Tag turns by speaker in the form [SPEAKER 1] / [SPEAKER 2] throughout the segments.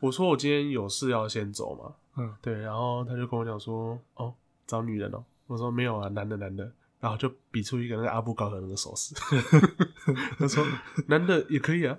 [SPEAKER 1] 我说我今天有事要先走嘛，
[SPEAKER 2] 嗯，
[SPEAKER 1] 对，然后他就跟我讲说，哦，找女人哦，我说没有啊，男的男的，然后就比出一个那个阿布高的那个手势， 他说男的也可以啊，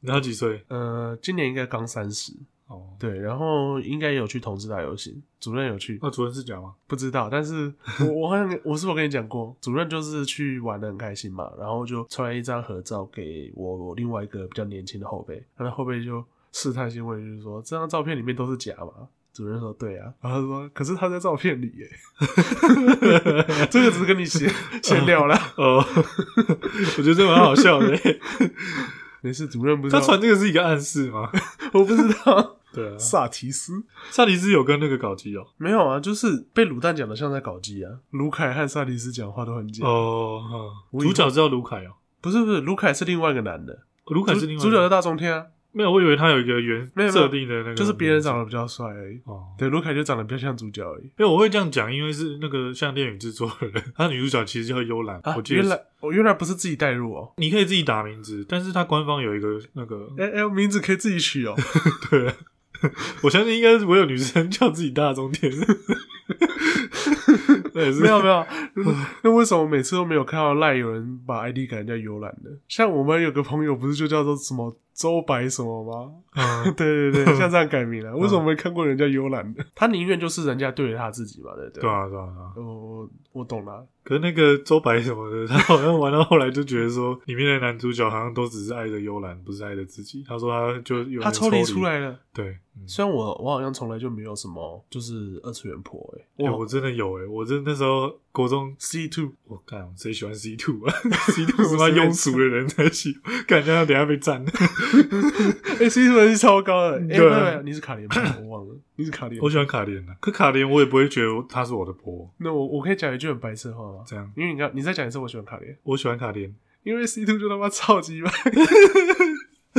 [SPEAKER 2] 你他几岁？
[SPEAKER 1] 呃，今年应该刚三十，
[SPEAKER 2] 哦，
[SPEAKER 1] 对，然后应该有去同志大游行，主任有去，
[SPEAKER 2] 那哦主任是 假吗？
[SPEAKER 1] 不知道，但是我我好 像我是否跟你讲过，主任就是去玩的很开心嘛，然后就传了一张合照给我我另外一个比较年轻的后辈，他的后辈就试探性问，就是说这张照片里面都是假吗？主任说对啊，然后他说可是他在照片里耶， 这个只是跟你闲闲聊 啦，
[SPEAKER 2] 哦，我觉得这蛮好 笑的。欸
[SPEAKER 1] 没事，主任不是
[SPEAKER 2] 他传这个是一个暗 示吗？
[SPEAKER 1] 我不知道，
[SPEAKER 2] 对啊，
[SPEAKER 1] 萨提斯
[SPEAKER 2] 萨迪斯有跟那个搞基哦。
[SPEAKER 1] 没有啊，就是被卤蛋讲的像在搞基啊，卢凯和萨提斯讲话都很假，
[SPEAKER 2] 哦，嗯
[SPEAKER 1] 我以为
[SPEAKER 2] 主角叫卢凯哦，
[SPEAKER 1] 不是不是，卢凯是另外一个男的，
[SPEAKER 2] 卢凯是另外一
[SPEAKER 1] 主主角
[SPEAKER 2] 个
[SPEAKER 1] 是大中天啊。
[SPEAKER 2] 没有，我以为他有一个原
[SPEAKER 1] 没有没有
[SPEAKER 2] 设定的那个，
[SPEAKER 1] 就是别人长得比较帅而已。
[SPEAKER 2] 哦。
[SPEAKER 1] 对，卢凯就长得比较像主角而已。
[SPEAKER 2] 因为我会这样讲，因为是那个像电影制作人，他女主角其实叫幽兰，我记
[SPEAKER 1] 啊
[SPEAKER 2] 得
[SPEAKER 1] 原
[SPEAKER 2] 是
[SPEAKER 1] 来我原来不是自己带入哦。
[SPEAKER 2] 你可以自己打名字，但是他官方有一个那个，
[SPEAKER 1] 哎、哎、名字可以自己取哦。
[SPEAKER 2] 对，我相信应该是没有女生叫自己大 中天， 那也是
[SPEAKER 1] 没有 没有，那为什么每次都没有看到赖有人把 ID 改人家游览的？像我们有个朋友不是就叫做什么周白什么吗？
[SPEAKER 2] 嗯
[SPEAKER 1] 对对对，像这样改名了、 为什么没看过人家游览的？ 他宁愿就是人家对着他自己嘛，对不对？
[SPEAKER 2] 对啊对啊对啊。
[SPEAKER 1] 我我我懂了。
[SPEAKER 2] 可是那个周白什么的，他好像玩到后来就觉得说，里面的男主角好像都只是爱着幽兰，不是爱着自己。他说他就有点
[SPEAKER 1] 他抽
[SPEAKER 2] 离
[SPEAKER 1] 离出，来了。
[SPEAKER 2] 对，嗯
[SPEAKER 1] 虽然我我好像从来就没有什么就是二次元婆哎、
[SPEAKER 2] 欸我真的有哎、我真的那时候国中
[SPEAKER 1] C two
[SPEAKER 2] 我干，谁喜欢 C two 啊 ？C two 是妈庸俗的人才喜欢， 感觉他等下被占。
[SPEAKER 1] 哎、c 分是超高的。哎、
[SPEAKER 2] 对啊
[SPEAKER 1] 没有没有，你是卡 莲吧？我忘了，你是卡莲。
[SPEAKER 2] 我喜欢卡莲啊，可卡莲我也不会觉得他是我的婆，
[SPEAKER 1] 那我我可以讲一句很白痴的话吗？
[SPEAKER 2] 这样
[SPEAKER 1] 因为你刚你再讲一次，我喜欢卡莲，
[SPEAKER 2] 我喜欢卡莲。
[SPEAKER 1] 因为 C two 就他妈超级白。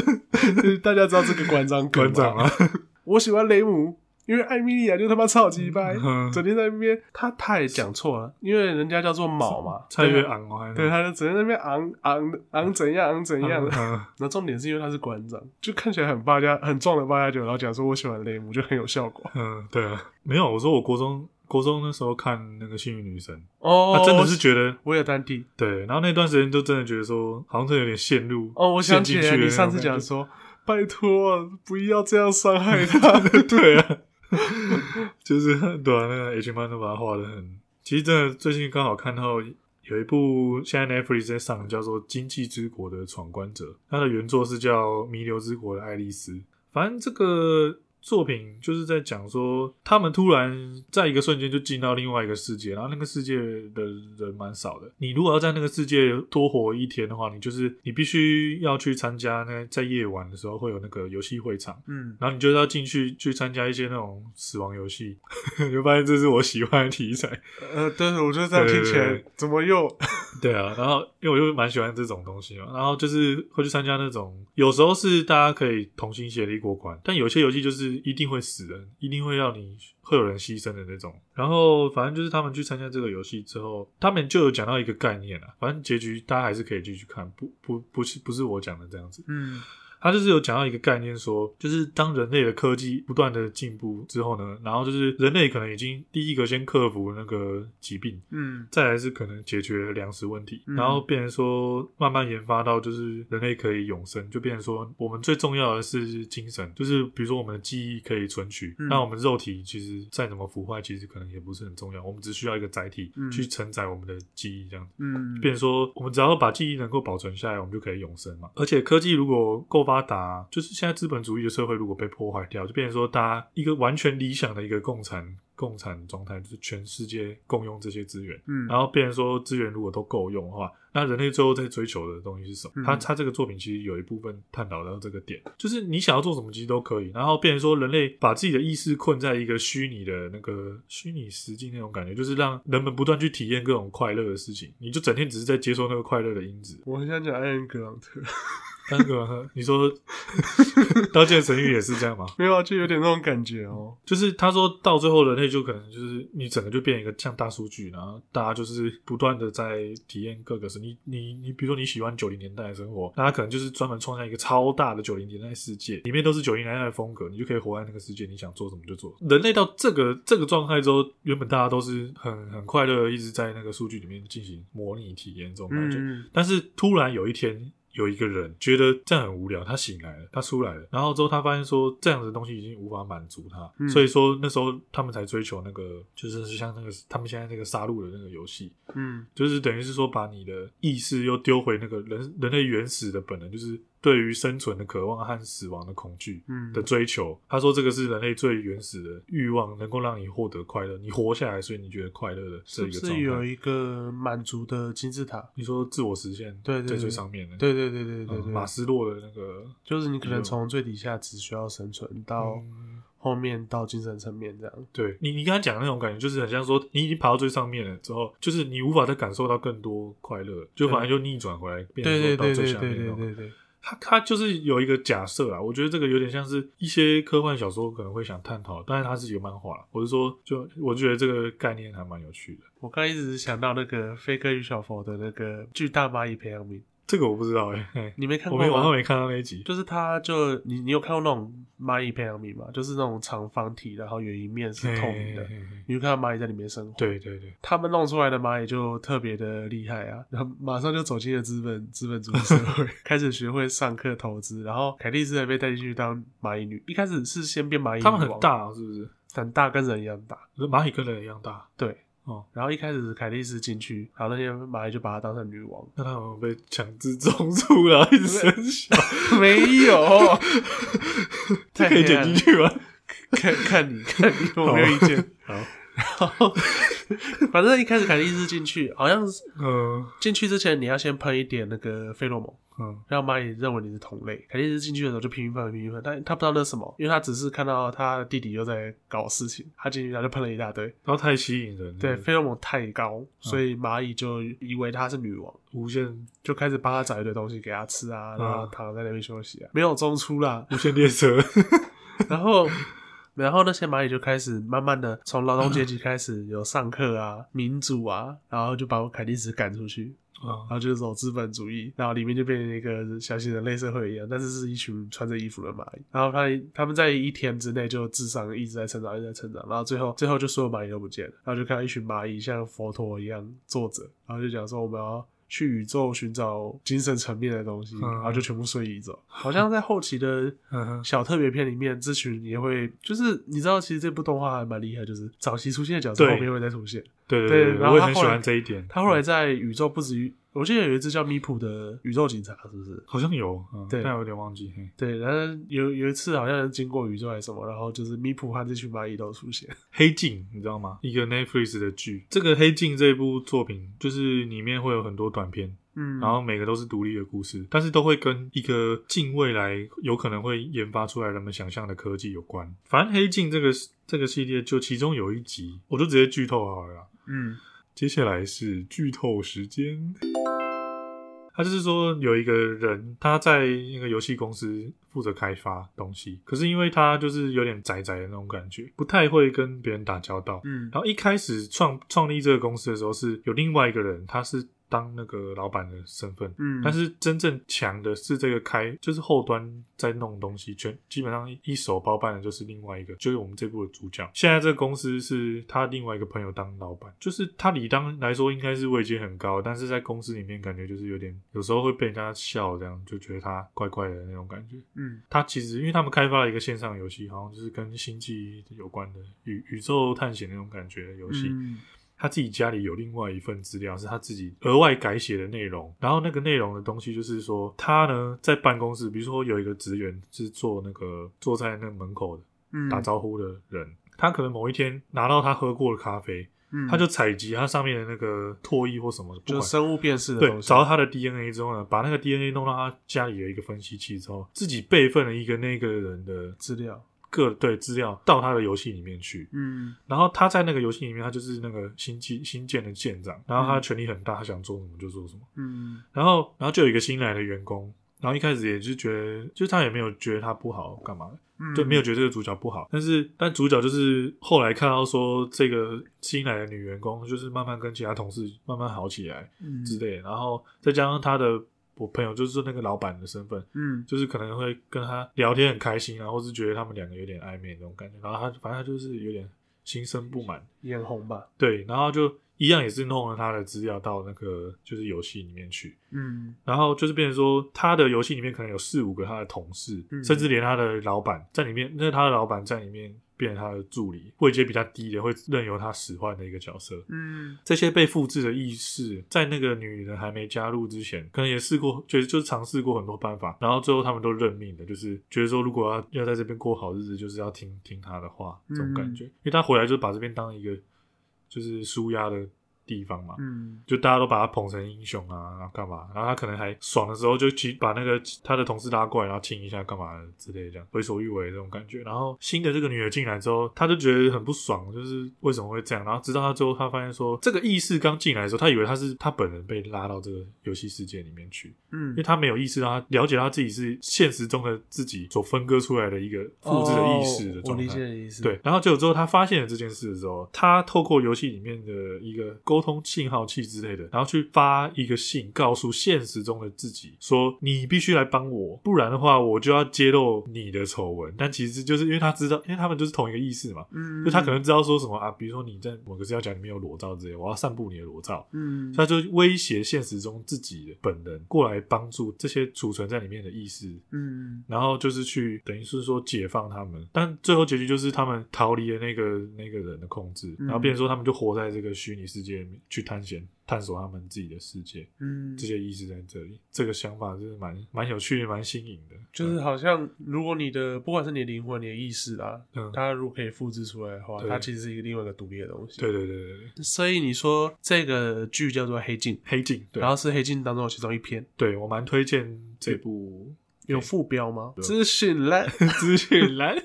[SPEAKER 1] 就是大家知道这个馆长梗
[SPEAKER 2] 馆
[SPEAKER 1] 吗
[SPEAKER 2] 长啊，
[SPEAKER 1] 我喜欢雷姆，因为艾米莉亚就他妈超级白，
[SPEAKER 2] 嗯
[SPEAKER 1] 整天在那边他他也讲错了，因为人家叫做卯嘛，
[SPEAKER 2] 蔡
[SPEAKER 1] 对
[SPEAKER 2] 月
[SPEAKER 1] 啊
[SPEAKER 2] 昂哦，还是
[SPEAKER 1] 对，他就整天在那边昂昂昂怎样昂怎样的。
[SPEAKER 2] 嗯
[SPEAKER 1] 然后重点是因为他是馆长，就看起来很八加很壮的八加九，然后讲说我喜欢雷姆就很有效果。
[SPEAKER 2] 嗯，对啊，没有，我说我国中国中那时候看那个幸运女神，
[SPEAKER 1] 哦
[SPEAKER 2] 他真的是觉得
[SPEAKER 1] 我有丹蒂
[SPEAKER 2] 对，然后那段时间就真的觉得说，好像真的有点陷入
[SPEAKER 1] 哦，我想起
[SPEAKER 2] 陷进
[SPEAKER 1] 来
[SPEAKER 2] 去的
[SPEAKER 1] 你
[SPEAKER 2] 那种
[SPEAKER 1] 上次讲
[SPEAKER 2] 感觉
[SPEAKER 1] 说，拜托、啊、不要这样伤 害他。
[SPEAKER 2] 对啊， 就是对啊，那个 H 漫都把它画的很。其实真的最近刚好看到有一部现在 Netflix 在上叫做《经济之国的闯关者》，它的原作是叫《弥留之国的爱丽丝》。反正这个作品就是在讲说，他们突然在一个瞬间就进到另外一个世界，然后那个世界的人蛮少的。你如果要在那个世界多活一天的话，你就是你必须要去参加那在夜晚的时候会有那个游戏会场。
[SPEAKER 1] 嗯，
[SPEAKER 2] 然后你就要进去去参加一些那种死亡游戏， 你就发现这是我喜欢的题材。
[SPEAKER 1] 呃，对，我觉得这样听起
[SPEAKER 2] 对
[SPEAKER 1] 来
[SPEAKER 2] 对
[SPEAKER 1] 怎么又
[SPEAKER 2] 对啊，然后因为我就蛮喜欢这种东西嘛，然后就是会去参加那种，有时候是大家可以同心协力过关，但有些游戏就是一定会死人，一定会让你会有人牺牲的那种。然后反正就是他们去参加这个游戏之后，他们就有讲到一个概念啊，反正结局大家还是可以继续看，不不不是不是我讲的这样子。
[SPEAKER 1] 嗯
[SPEAKER 2] 他就是有讲到一个概念说就是当人类的科技不断的进步之后呢，然后就是人类可能已经第一个先克服那个疾病，
[SPEAKER 1] 嗯
[SPEAKER 2] 再来是可能解决粮食问题，
[SPEAKER 1] 嗯
[SPEAKER 2] 然后变成说慢慢研发到就是人类可以永生，就变成说我们最重要的是精神，就是比如说我们的记忆可以存取，
[SPEAKER 1] 嗯
[SPEAKER 2] 那我们肉体其实再怎么腐坏，其实可能也不是很重要，我们只需要一个载体
[SPEAKER 1] 嗯
[SPEAKER 2] 去承载我们的记忆这样子。
[SPEAKER 1] 嗯，
[SPEAKER 2] 变成说，我们只要把记忆能够保存下来，我们就可以永生嘛。而且科技如果够发达，就是现在资本主义的社会如果被破坏掉，就变成说，大家一个完全理想的一个共产共产状态，就是全世界共用这些资源，
[SPEAKER 1] 嗯，
[SPEAKER 2] 然后变成说资源如果都够用的话，那人类最后在追求的东西是什
[SPEAKER 1] 嗯
[SPEAKER 2] 么？他他这个作品其实有一部分探讨到这个点，就是你想要做什么其实都可以，然后变成说人类把自己的意识困在一个虚拟的那个虚拟实境那种感觉，就是让人们不断去体验各种快乐的事情，你就整天只是在接受那个快乐的因子。
[SPEAKER 1] 我很想讲艾恩格朗特，
[SPEAKER 2] 三个晚上，你说 《刀剑神域》也是这样吗？
[SPEAKER 1] 没有啊，就有点那种感觉哦。
[SPEAKER 2] 就是他说到最后，人类就可能就是你整个就变一个像大数据，然后大家就是不断的在体验各个事。你你你，比如说你喜欢九零年代的生活，那他可能就是专门创造一个超大的九零年代世界，里面都是九零年代的风格，你就可以活在那个世界，你想做什么就做。人类到这个这个状态之后，原本大家都是很很快乐，一直在那个数据里面进行模拟体验这种感觉。
[SPEAKER 1] 嗯，
[SPEAKER 2] 但是突然有一天，有一个人觉得这样很无聊，他醒来了，他出来了，然后之后他发现说这样子的东西已经无法满足他，
[SPEAKER 1] 嗯
[SPEAKER 2] 所以说那时候他们才追求那个，就是像那个他们现在那个杀戮的那个游戏，
[SPEAKER 1] 嗯，
[SPEAKER 2] 就是等于是说把你的意识又丢回那个人人类原始的本能，就是对于生存的渴望和死亡的恐惧。
[SPEAKER 1] 嗯
[SPEAKER 2] 的追求，他说这个是人类最原始的欲望，能够让你获得快乐，你活下来，所以你觉得快乐的这
[SPEAKER 1] 是不
[SPEAKER 2] 一个状态。
[SPEAKER 1] 是有一个满足的金字塔？
[SPEAKER 2] 你说自我实现，
[SPEAKER 1] 对对
[SPEAKER 2] 在
[SPEAKER 1] 对
[SPEAKER 2] 最上面的，
[SPEAKER 1] 对对对对对
[SPEAKER 2] 嗯
[SPEAKER 1] 对，嗯
[SPEAKER 2] 马斯洛的那个
[SPEAKER 1] 就是你可能从最底下只需要生存到
[SPEAKER 2] 嗯
[SPEAKER 1] 后面到精神层面这样。
[SPEAKER 2] 对你，你刚才讲的那种感觉，就是很像说你已经爬到最上面了之后，就是你无法再感受到更多快乐了，就反而就逆转回来，变成
[SPEAKER 1] 对对
[SPEAKER 2] 说到
[SPEAKER 1] 对
[SPEAKER 2] 最
[SPEAKER 1] 对
[SPEAKER 2] 下面
[SPEAKER 1] 对对
[SPEAKER 2] 那种。
[SPEAKER 1] 对对，
[SPEAKER 2] 他他就是有一个假设啊，我觉得这个有点像是一些科幻小说可能会想探讨，但是它是一个漫画啦，我是说，就我觉得这个概念还蛮有趣的。
[SPEAKER 1] 我刚一直想到那个《飞哥与小佛》的那个巨大蚂蚁培养皿，
[SPEAKER 2] 这个我不知道哎、欸，
[SPEAKER 1] 你没看
[SPEAKER 2] 我
[SPEAKER 1] 过
[SPEAKER 2] 没
[SPEAKER 1] 吗？
[SPEAKER 2] 我还没看到那一集，
[SPEAKER 1] 就是它就你你有看过那种蚂蚁培养皿吗？就是那种长方体，然后有一面是透明的
[SPEAKER 2] 嘿，嘿嘿嘿
[SPEAKER 1] 你就看到蚂蚁在里面生活。，
[SPEAKER 2] 对对对，
[SPEAKER 1] 他们弄出来的蚂蚁就特别的厉害啊，然后马上就走进了资本资本主义社 会，开始学会上课投资，然后凯蒂斯还被带进去当蚂蚁女，一开始是先变蚂蚁，
[SPEAKER 2] 他们很，大、啊、是不是？
[SPEAKER 1] 很大，跟人一样大。
[SPEAKER 2] 蚂蚁跟人一样大，
[SPEAKER 1] 对，
[SPEAKER 2] 哦，
[SPEAKER 1] 然后一开始凯蒂斯进去，然后那些蚂蚁就把她当成女王，
[SPEAKER 2] 那他有没有被强制种树然后一直生小，
[SPEAKER 1] 没有，
[SPEAKER 2] 这可以剪进去吗？
[SPEAKER 1] 看看你看你，我没有意见。
[SPEAKER 2] 好，
[SPEAKER 1] 哦然后 反正一开始凯蒂斯进去，好像是
[SPEAKER 2] 嗯
[SPEAKER 1] 进去之前你要先喷一点那个费洛蒙。
[SPEAKER 2] 嗯，
[SPEAKER 1] 让蚂蚁认为你是同类。凯蒂斯进去的时候就拼命喷，拼命喷，但他不知道那是什么，因为他只是看到他弟弟又在搞事情，他进去他就喷了一大堆。
[SPEAKER 2] 然后太吸引人了，
[SPEAKER 1] 对，费洛蒙太高，所以蚂蚁就以为她是女王，
[SPEAKER 2] 无限
[SPEAKER 1] 就开始帮她找一堆东西给她吃啊，
[SPEAKER 2] 嗯
[SPEAKER 1] 然后躺在那边休息啊，没有中出啦。
[SPEAKER 2] 无限列车，
[SPEAKER 1] 然后，然后那些蚂蚁就开始慢慢的从劳动阶级开始有上课啊、 民主啊，然后就把凯蒂斯赶出去。然
[SPEAKER 2] 啊，
[SPEAKER 1] 后就是走资本主义，然后里面就变成一个小型人类社会一样，但是是一群穿着衣服的蚂蚁。然后他他们在一天之内就智商一直在成长，一直在成长，然后最后最后就所有蚂蚁都不见了，然后就看到一群蚂蚁像佛陀一样坐着，然后就讲说我们要。去宇宙寻找精神层面的东西，
[SPEAKER 2] 嗯
[SPEAKER 1] 然后就全部瞬移走。好像在后期的
[SPEAKER 2] 嗯哼
[SPEAKER 1] 小特别片里面，这群也会，就是你知道，其实这部动画还蛮厉害，就是早期出现的角色
[SPEAKER 2] 对
[SPEAKER 1] 后面会再出现。对
[SPEAKER 2] 对对，
[SPEAKER 1] 然后
[SPEAKER 2] 我也
[SPEAKER 1] 他
[SPEAKER 2] 很喜
[SPEAKER 1] 后来
[SPEAKER 2] 欢这一点。
[SPEAKER 1] 他后来
[SPEAKER 2] 嗯
[SPEAKER 1] 在宇宙不止于，我记得有一只叫咪普的宇宙警察，是不是？
[SPEAKER 2] 好像有，嗯
[SPEAKER 1] 对
[SPEAKER 2] 但有点忘记。嘿
[SPEAKER 1] 对，然后有有一次好像经过宇宙还是什么，然后就是咪普和这群蚂蚁都出现。
[SPEAKER 2] 黑镜，你知道吗？一个 Netflix 的剧，这个黑镜这部作品，就是里面会有很多短片，
[SPEAKER 1] 嗯，
[SPEAKER 2] 然后每个都是独立的故事，但是都会跟一个近未来有可能会研发出来人们想象的科技有关。反正《黑镜》这个这个系列，就其中有一集，我就直接剧透好了啦。
[SPEAKER 1] 嗯
[SPEAKER 2] 接下来是剧透时间。他就是说有一个人，他在那个游戏公司负责开发东西，可是因为他就是有点宅宅的那种感觉，不太会跟别人打交道，
[SPEAKER 1] 嗯
[SPEAKER 2] 然后一开始创创立这个公司的时候，是有另外一个人，他是当那个老板的身份，
[SPEAKER 1] 嗯，
[SPEAKER 2] 但是真正强的是这个开，就是后端在弄东西，全基本上一手包办的就是另外一个，就是我们这部的主角。现在这个公司是他另外一个朋友当老板，就是他理当来说应该是位阶很高，但是在公司里面感觉就是有点，有时候会被人家笑，这样就觉得他怪怪的那种感觉。
[SPEAKER 1] 嗯
[SPEAKER 2] 他其实因为他们开发了一个线上游戏，好像就是跟星际有关的宇宇宙探险那种感觉的游戏。
[SPEAKER 1] 嗯
[SPEAKER 2] 他自己家里有另外一份资料，是他自己额外改写的内容。然后那个内容的东西就是说，他呢在办公室，比如说有一个职员是做那个坐在那个门口的
[SPEAKER 1] 嗯
[SPEAKER 2] 打招呼的人，他可能某一天拿到他喝过的咖啡，
[SPEAKER 1] 嗯，
[SPEAKER 2] 他就采集它上面的那个唾液或什么，不
[SPEAKER 1] 就
[SPEAKER 2] 管
[SPEAKER 1] 生物辨识的
[SPEAKER 2] 对，
[SPEAKER 1] 东西。
[SPEAKER 2] 找到他的 DNA 之后呢，把那个 DNA 弄到他家里的一个分析器之后，自己备份了一个那个人的
[SPEAKER 1] 资料。
[SPEAKER 2] 各对资料到他的游戏里面去。
[SPEAKER 1] 嗯
[SPEAKER 2] 然后他在那个游戏里面，他就是那个新建新建的舰长，然后他权力很大，他想做什么就做什么。
[SPEAKER 1] 嗯
[SPEAKER 2] 然后，然后就有一个新来的员工，然后一开始也是觉得，就是他也没有觉得他不好干嘛，
[SPEAKER 1] 嗯
[SPEAKER 2] 对，没有觉得这个主角不好，但是但主角就是后来看到说这个新来的女员工，就是慢慢跟其他同事慢慢好起来
[SPEAKER 1] 嗯
[SPEAKER 2] 之类的，然后再加上他的我朋友就是那个老板的身份，
[SPEAKER 1] 嗯
[SPEAKER 2] 就是可能会跟他聊天很开心啊，或是觉得他们两个有点暧昧那种感觉，然后他反正他就是有点心生不满，
[SPEAKER 1] 眼红吧，
[SPEAKER 2] 对，然后就一样也是弄了他的资料到那个就是游戏里面去，
[SPEAKER 1] 嗯
[SPEAKER 2] 然后就是变成说，他的游戏里面可能有四五个他的同事，
[SPEAKER 1] 嗯
[SPEAKER 2] 甚至连他的老板在里面，那他的老板在里面变成他的助理，位阶比较低的会任由他使唤的一个角色。
[SPEAKER 1] 嗯
[SPEAKER 2] 这些被复制的意识，在那个女人还没加入之前，可能也试过，就是就是尝试过很多办法，然后最后他们都认命的，就是觉得说，如果要要在这边过好日子，就是要听听他的话，这种感觉，因为他回来就把这边当一个就是舒压的地方嘛，
[SPEAKER 1] 嗯
[SPEAKER 2] 就大家都把他捧成英雄啊，然后干嘛？然后他可能还爽的时候就去把那个他的同事拉过来，然后亲一下干嘛的之类的，这样为所欲为这种感觉。然后新的这个女的进来之后，他就觉得很不爽，就是为什么会这样？然后直到他最后，他发现说这个意识刚进来的时候，他以为他是他本人被拉到这个游戏世界里面去，
[SPEAKER 1] 嗯
[SPEAKER 2] 因为他没有意识到他了解他自己是现实中的自己所分割出来的一个复制的意识的
[SPEAKER 1] 哦我
[SPEAKER 2] 状态。
[SPEAKER 1] 理解你的意思，
[SPEAKER 2] 对，，然后结果之后，他发现了这件事的时候，他透过游戏里面的一个沟通信号器之类的，然后去发一个信，告诉现实中的自己说：“你必须来帮我，不然的话，我就要揭露你的丑闻。”但其实就是因为他知道，因为他们就是同一个意识嘛，
[SPEAKER 1] 嗯，
[SPEAKER 2] 就他可能知道说什么啊，比如说你在某个资料夹里面有裸照之类，我要散布你的裸照，
[SPEAKER 1] 嗯
[SPEAKER 2] 他就威胁现实中自己的本人过来帮助这些储存在里面的意识
[SPEAKER 1] 嗯
[SPEAKER 2] 然后就是去等于是说解放他们，但最后结局就是他们逃离了那个那个人的控制，
[SPEAKER 1] 嗯
[SPEAKER 2] 然后变成说他们就活在这个虚拟世界里面去探险、探索他们自己的世界，
[SPEAKER 1] 嗯，
[SPEAKER 2] 这些意识在这里，这个想法就是蛮蛮有趣、蛮新颖的，嗯
[SPEAKER 1] 就是好像如果你的不管是你的灵魂、你的意识啊，
[SPEAKER 2] 嗯，
[SPEAKER 1] 它如果可以复制出来的话，
[SPEAKER 2] 对
[SPEAKER 1] 它其实是一个另外一个独立的东西。
[SPEAKER 2] 对对对对对，
[SPEAKER 1] 所以你说这个剧叫做《黑镜》，
[SPEAKER 2] 黑镜，对
[SPEAKER 1] 然，后是《黑镜》当中的其中一篇，
[SPEAKER 2] 对我蛮推荐这部
[SPEAKER 1] 有副标吗？
[SPEAKER 2] 对
[SPEAKER 1] 资讯栏，
[SPEAKER 2] 资讯栏。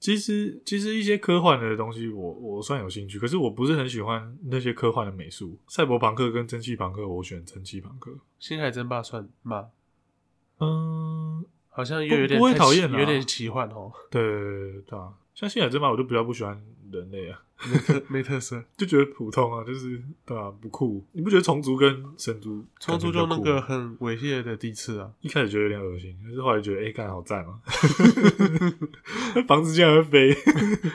[SPEAKER 2] 其实，其实一些科幻的东西我，我算有兴趣，可是我不是很喜欢那些科幻的美术。赛博朋克跟蒸汽朋克，我选蒸汽朋克。
[SPEAKER 1] 星海争霸算吗？
[SPEAKER 2] 嗯，
[SPEAKER 1] 好像又有点
[SPEAKER 2] 不不会
[SPEAKER 1] 太
[SPEAKER 2] 讨
[SPEAKER 1] 奇
[SPEAKER 2] 厌啊
[SPEAKER 1] 有点奇幻哦，
[SPEAKER 2] 对对对对啊，像新海真吧，我就比较不喜欢人类啊，
[SPEAKER 1] 没特没特色。
[SPEAKER 2] 就觉得普通啊，就是对啊，不酷。你不觉得虫族跟神族
[SPEAKER 1] 冲出
[SPEAKER 2] 感觉比较
[SPEAKER 1] 就
[SPEAKER 2] 酷吗，啊
[SPEAKER 1] 那个很猥亵的地次啊，
[SPEAKER 2] 一开始觉得有点恶心，但是后来觉得哎，干、好赞哦、 房子竟然会飞，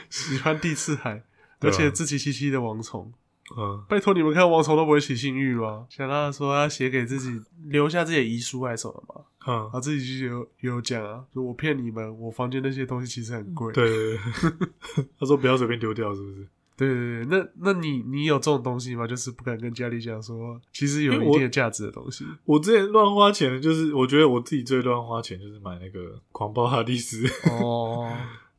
[SPEAKER 1] 喜欢地次海，
[SPEAKER 2] 对
[SPEAKER 1] 而
[SPEAKER 2] 啊
[SPEAKER 1] 且自欺欺欺的王虫。
[SPEAKER 2] 嗯，
[SPEAKER 1] 拜托你们看王虫都不会起性欲吗？想到说要写给自己留下自己的遗书还是什么吗？
[SPEAKER 2] 嗯
[SPEAKER 1] 啊，自己就有有讲啊，就我骗你们，我房间那些东西其实很贵。
[SPEAKER 2] 对对对， 对他说不要随便丢掉，是不是？
[SPEAKER 1] 对对对，那那你你有这种东西吗？就是不敢跟家里讲说，其实有
[SPEAKER 2] 因为
[SPEAKER 1] 一
[SPEAKER 2] 我
[SPEAKER 1] 定的价值的东西。
[SPEAKER 2] 我之前乱花钱的，就是我觉得我自己最乱花钱就是买那个狂暴哈迪斯，
[SPEAKER 1] 哦，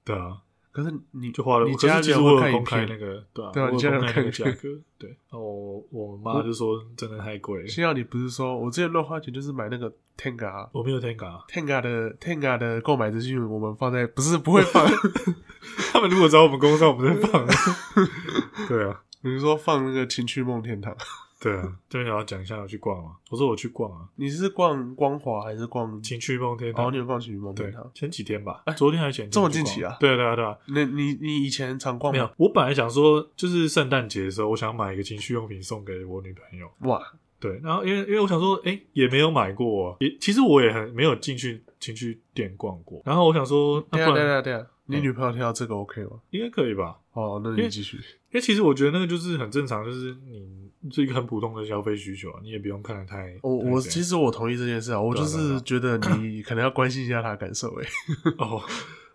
[SPEAKER 2] 对啊，
[SPEAKER 1] 可是你
[SPEAKER 2] 就花了。
[SPEAKER 1] 你
[SPEAKER 2] 可
[SPEAKER 1] 家
[SPEAKER 2] 是
[SPEAKER 1] 里
[SPEAKER 2] 其实
[SPEAKER 1] 人会
[SPEAKER 2] 我有
[SPEAKER 1] 看影
[SPEAKER 2] 公开
[SPEAKER 1] 片
[SPEAKER 2] 那个，对啊，
[SPEAKER 1] 对啊
[SPEAKER 2] 我有
[SPEAKER 1] 你家人
[SPEAKER 2] 公开那
[SPEAKER 1] 看
[SPEAKER 2] 个
[SPEAKER 1] 影
[SPEAKER 2] 价
[SPEAKER 1] 片
[SPEAKER 2] 格，对。然后哦我我啊妈就说真的太贵了，
[SPEAKER 1] 幸好你不是说我之前乱花钱就是买那个 Tenga。
[SPEAKER 2] 我没有啊 Tenga。
[SPEAKER 1] Tenga 的 Tenga 的购买资讯，我们放在不是不会放，
[SPEAKER 2] 他们如果找我们公司，我们再 放。对啊，
[SPEAKER 1] 比如说放那个情趣梦天堂。
[SPEAKER 2] 对啊，这边想要讲一下我去逛嘛。我说我去逛啊，
[SPEAKER 1] 你是逛光华还是逛？
[SPEAKER 2] 情趣梦天
[SPEAKER 1] 哦，
[SPEAKER 2] 堂哎
[SPEAKER 1] 你。有逛情趣梦天
[SPEAKER 2] 对
[SPEAKER 1] 堂，？
[SPEAKER 2] 前几天吧，昨天还是前天
[SPEAKER 1] 这么
[SPEAKER 2] 去逛
[SPEAKER 1] 近期啊
[SPEAKER 2] 对啊对哦啊对啊，
[SPEAKER 1] 那你你以前常逛
[SPEAKER 2] 没有
[SPEAKER 1] 吗？。
[SPEAKER 2] 我本来想说，就是圣诞节的时候，我想买一个情趣用品送给我女朋友。
[SPEAKER 1] 哇，
[SPEAKER 2] 对，然后因为因为我想说，哎、也没有买过、啊，也其实我也很没有进去情趣店逛过。然后我想说，
[SPEAKER 1] 对
[SPEAKER 2] 那
[SPEAKER 1] 啊
[SPEAKER 2] 不
[SPEAKER 1] 对
[SPEAKER 2] 然
[SPEAKER 1] 啊对啊，你
[SPEAKER 2] 嗯
[SPEAKER 1] 女朋友听到这个 OK 吗？
[SPEAKER 2] 应该可以吧？
[SPEAKER 1] 哦，那
[SPEAKER 2] 因
[SPEAKER 1] 你
[SPEAKER 2] 为
[SPEAKER 1] 继续。
[SPEAKER 2] 因为其实我觉得那个就是很正常，就是你是一个很普通的消费需求啊，你也不用看得太。
[SPEAKER 1] 我
[SPEAKER 2] 太
[SPEAKER 1] 哦我
[SPEAKER 2] 怎样
[SPEAKER 1] 其实我同意这件事啊，我
[SPEAKER 2] 对
[SPEAKER 1] 就
[SPEAKER 2] 啊对
[SPEAKER 1] 是
[SPEAKER 2] 啊
[SPEAKER 1] 觉得你 可能要关心一下他的感受诶、
[SPEAKER 2] 哦，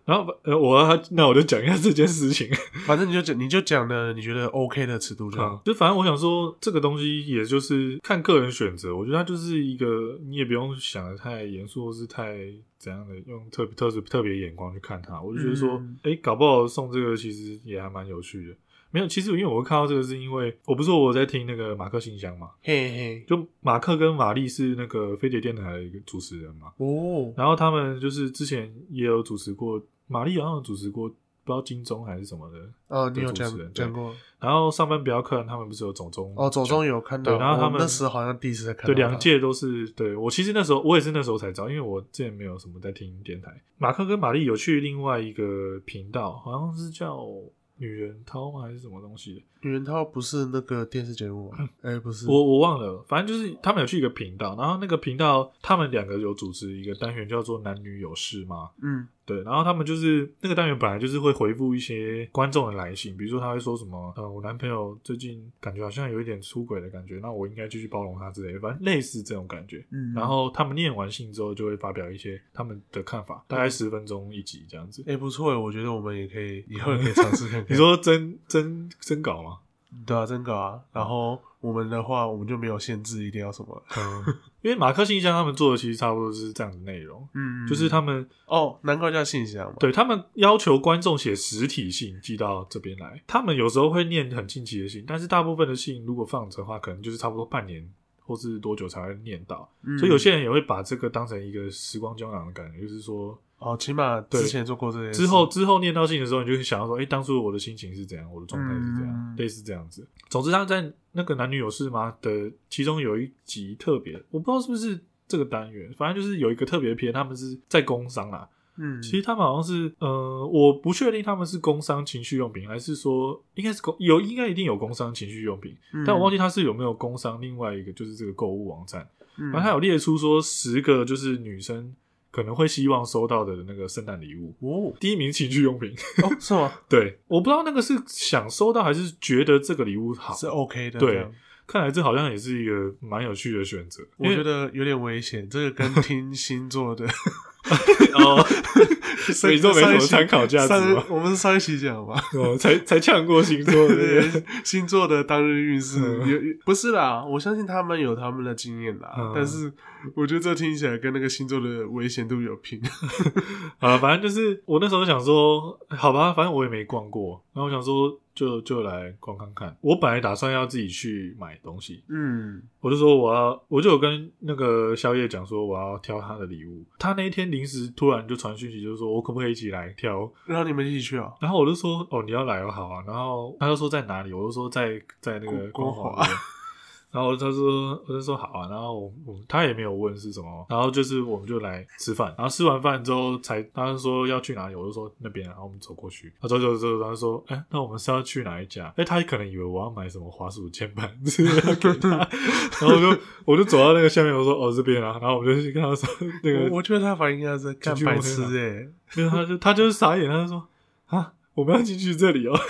[SPEAKER 2] 然后呃，我要那我就讲一下这件事 情。
[SPEAKER 1] 反正你就讲你就讲的你觉得 OK 的尺度就
[SPEAKER 2] 啊
[SPEAKER 1] 好。，
[SPEAKER 2] 就反正我想说，这个东西也就是看个人选择。我觉得它就是一个，你也不用想的太严肃，或是太怎样的，用特别特殊特别眼光去看它。我就觉得说
[SPEAKER 1] 嗯，
[SPEAKER 2] 哎、搞不好送这个其实也还蛮有趣的。没有，其实因为我会看到这个，是因为我不是说我在听那个马克信箱嘛，
[SPEAKER 1] 嘿嘿，
[SPEAKER 2] 就马克跟玛丽是那个飞碟电台的一个主持人嘛，
[SPEAKER 1] 哦，
[SPEAKER 2] 然后他们就是之前也有主持过，玛丽好像有主持过。不知道金钟还是什么的。
[SPEAKER 1] 哦，你有
[SPEAKER 2] 主持人
[SPEAKER 1] 讲
[SPEAKER 2] 对
[SPEAKER 1] 讲过
[SPEAKER 2] 然后上班不要看，他们不是有总中
[SPEAKER 1] 哦，左中有看到，
[SPEAKER 2] 对然后他
[SPEAKER 1] 哦我
[SPEAKER 2] 们
[SPEAKER 1] 那时候好像第一次才看到
[SPEAKER 2] 对，
[SPEAKER 1] 他，
[SPEAKER 2] 两届都是对我。其实那时候我也是那时候才知道，因为我之前没有什么在听电台。马克跟玛丽有去另外一个频道，好像是叫“女人涛”还是什么东西的，
[SPEAKER 1] 女人涛不是那个电视节目吗？哎，不是，
[SPEAKER 2] 我我忘了。反正就是他们有去一个频道，然后那个频道他们两个有组织一个单元叫做“男女有事”嘛。
[SPEAKER 1] 嗯
[SPEAKER 2] 对，然后他们就是那个单元本来就是会回复一些观众的来信，比如说他会说什么，呃，我男朋友最近感觉好像有一点出轨的感觉，那我应该继续包容他之类的，反正类似这种感觉。
[SPEAKER 1] 嗯，
[SPEAKER 2] 然后他们念完信之后，就会发表一些他们的看法，大概十分钟一集这样子。
[SPEAKER 1] 哎不错耶，我觉得我们也可以以后也可以尝试 看看。
[SPEAKER 2] 你说真真真搞吗？
[SPEAKER 1] 对啊，真搞啊。然后我们的话，我们就没有限制一定要什么了，
[SPEAKER 2] 因为马克信箱他们做的其实差不多是这样的内容，
[SPEAKER 1] 嗯
[SPEAKER 2] 就是他们
[SPEAKER 1] 哦，难怪叫信箱嘛。
[SPEAKER 2] 对他们要求观众写实体信寄到这边来，他们有时候会念很近期的信，但是大部分的信如果放着的话，可能就是差不多半年或是多久才会念到，
[SPEAKER 1] 嗯
[SPEAKER 2] 所以有些人也会把这个当成一个时光胶囊的感觉，就是说
[SPEAKER 1] 哦，起码
[SPEAKER 2] 对
[SPEAKER 1] 之前做过这些，
[SPEAKER 2] 之后之后念到信的时候，你就会想要说，哎、当初我的心情是怎样，我的状态是怎样，
[SPEAKER 1] 嗯
[SPEAKER 2] 类似这样子。总之，他在那个男女有事吗的其中有一集特别，我不知道是不是这个单元，反正就是有一个特别篇，他们是在工商啦。
[SPEAKER 1] 嗯，
[SPEAKER 2] 其实他们好像是呃，我不确定他们是工商情绪用品，还是说应该是工有应该一定有工商情绪用品，
[SPEAKER 1] 嗯
[SPEAKER 2] 但我忘记他是有没有工商另外一个就是这个购物网站。
[SPEAKER 1] 嗯
[SPEAKER 2] 反正他有列出说十个就是女生可能会希望收到的那个圣诞礼物。
[SPEAKER 1] 哦
[SPEAKER 2] 第一名情趣用品，
[SPEAKER 1] 哦是吗？
[SPEAKER 2] 对，我不知道那个是想收到还是觉得这个礼物好
[SPEAKER 1] 是。OK 的，
[SPEAKER 2] 对
[SPEAKER 1] 这样
[SPEAKER 2] 看来这好像也是一个蛮有趣的选择。
[SPEAKER 1] 我觉得有点危险，这个跟听星座 的
[SPEAKER 2] 哦，
[SPEAKER 1] 上
[SPEAKER 2] 所以说没什
[SPEAKER 1] 上一
[SPEAKER 2] 么
[SPEAKER 1] 期
[SPEAKER 2] 参考价值嘛
[SPEAKER 1] 上。我们上一期讲吧，
[SPEAKER 2] 哦，才才呛过星座的那个，
[SPEAKER 1] 星座的当日运势
[SPEAKER 2] 嗯
[SPEAKER 1] 有不是啦，我相信他们有他们的经验啦，
[SPEAKER 2] 嗯
[SPEAKER 1] 但是我觉得这听起来跟那个星座的危险度有拼。
[SPEAKER 2] 啊，反正就是我那时候想说，好吧，反正我也没逛过，然后我想说就就来逛看看。我本来打算要自己去买东西，
[SPEAKER 1] 嗯，
[SPEAKER 2] 我就说我要，我就有跟那个宵夜讲说我要挑他的礼物。他那一天临时突然就传讯息，就是说我可不可以一起来挑
[SPEAKER 1] 然后你们一起去哦，
[SPEAKER 2] 然后我就说：“哦，你要来哦，好啊。”然后他就说在哪里，我就说在在那个
[SPEAKER 1] 光
[SPEAKER 2] 光
[SPEAKER 1] 华
[SPEAKER 2] 华那边。 然后他说，我就说好啊。然后我我他也没有问是什么，然后就是我们就来吃饭。然后吃完饭之后才，他就说要去哪里，我就说那边。啊然后我们走过去，他走走走，然后说，哎，那我们是要去哪一家？哎，他可能以为我要买什么滑鼠键盘 之类的给他。然后我就我就走到那个下面，我说哦这边啊。然后我们就去跟他说 那个
[SPEAKER 1] 我我觉得他反应应该是干
[SPEAKER 2] 去
[SPEAKER 1] 白
[SPEAKER 2] 逛
[SPEAKER 1] 痴
[SPEAKER 2] 天堂
[SPEAKER 1] 哎、
[SPEAKER 2] 没有，他就他就是傻眼，他就说啊，我们要进去这里哦。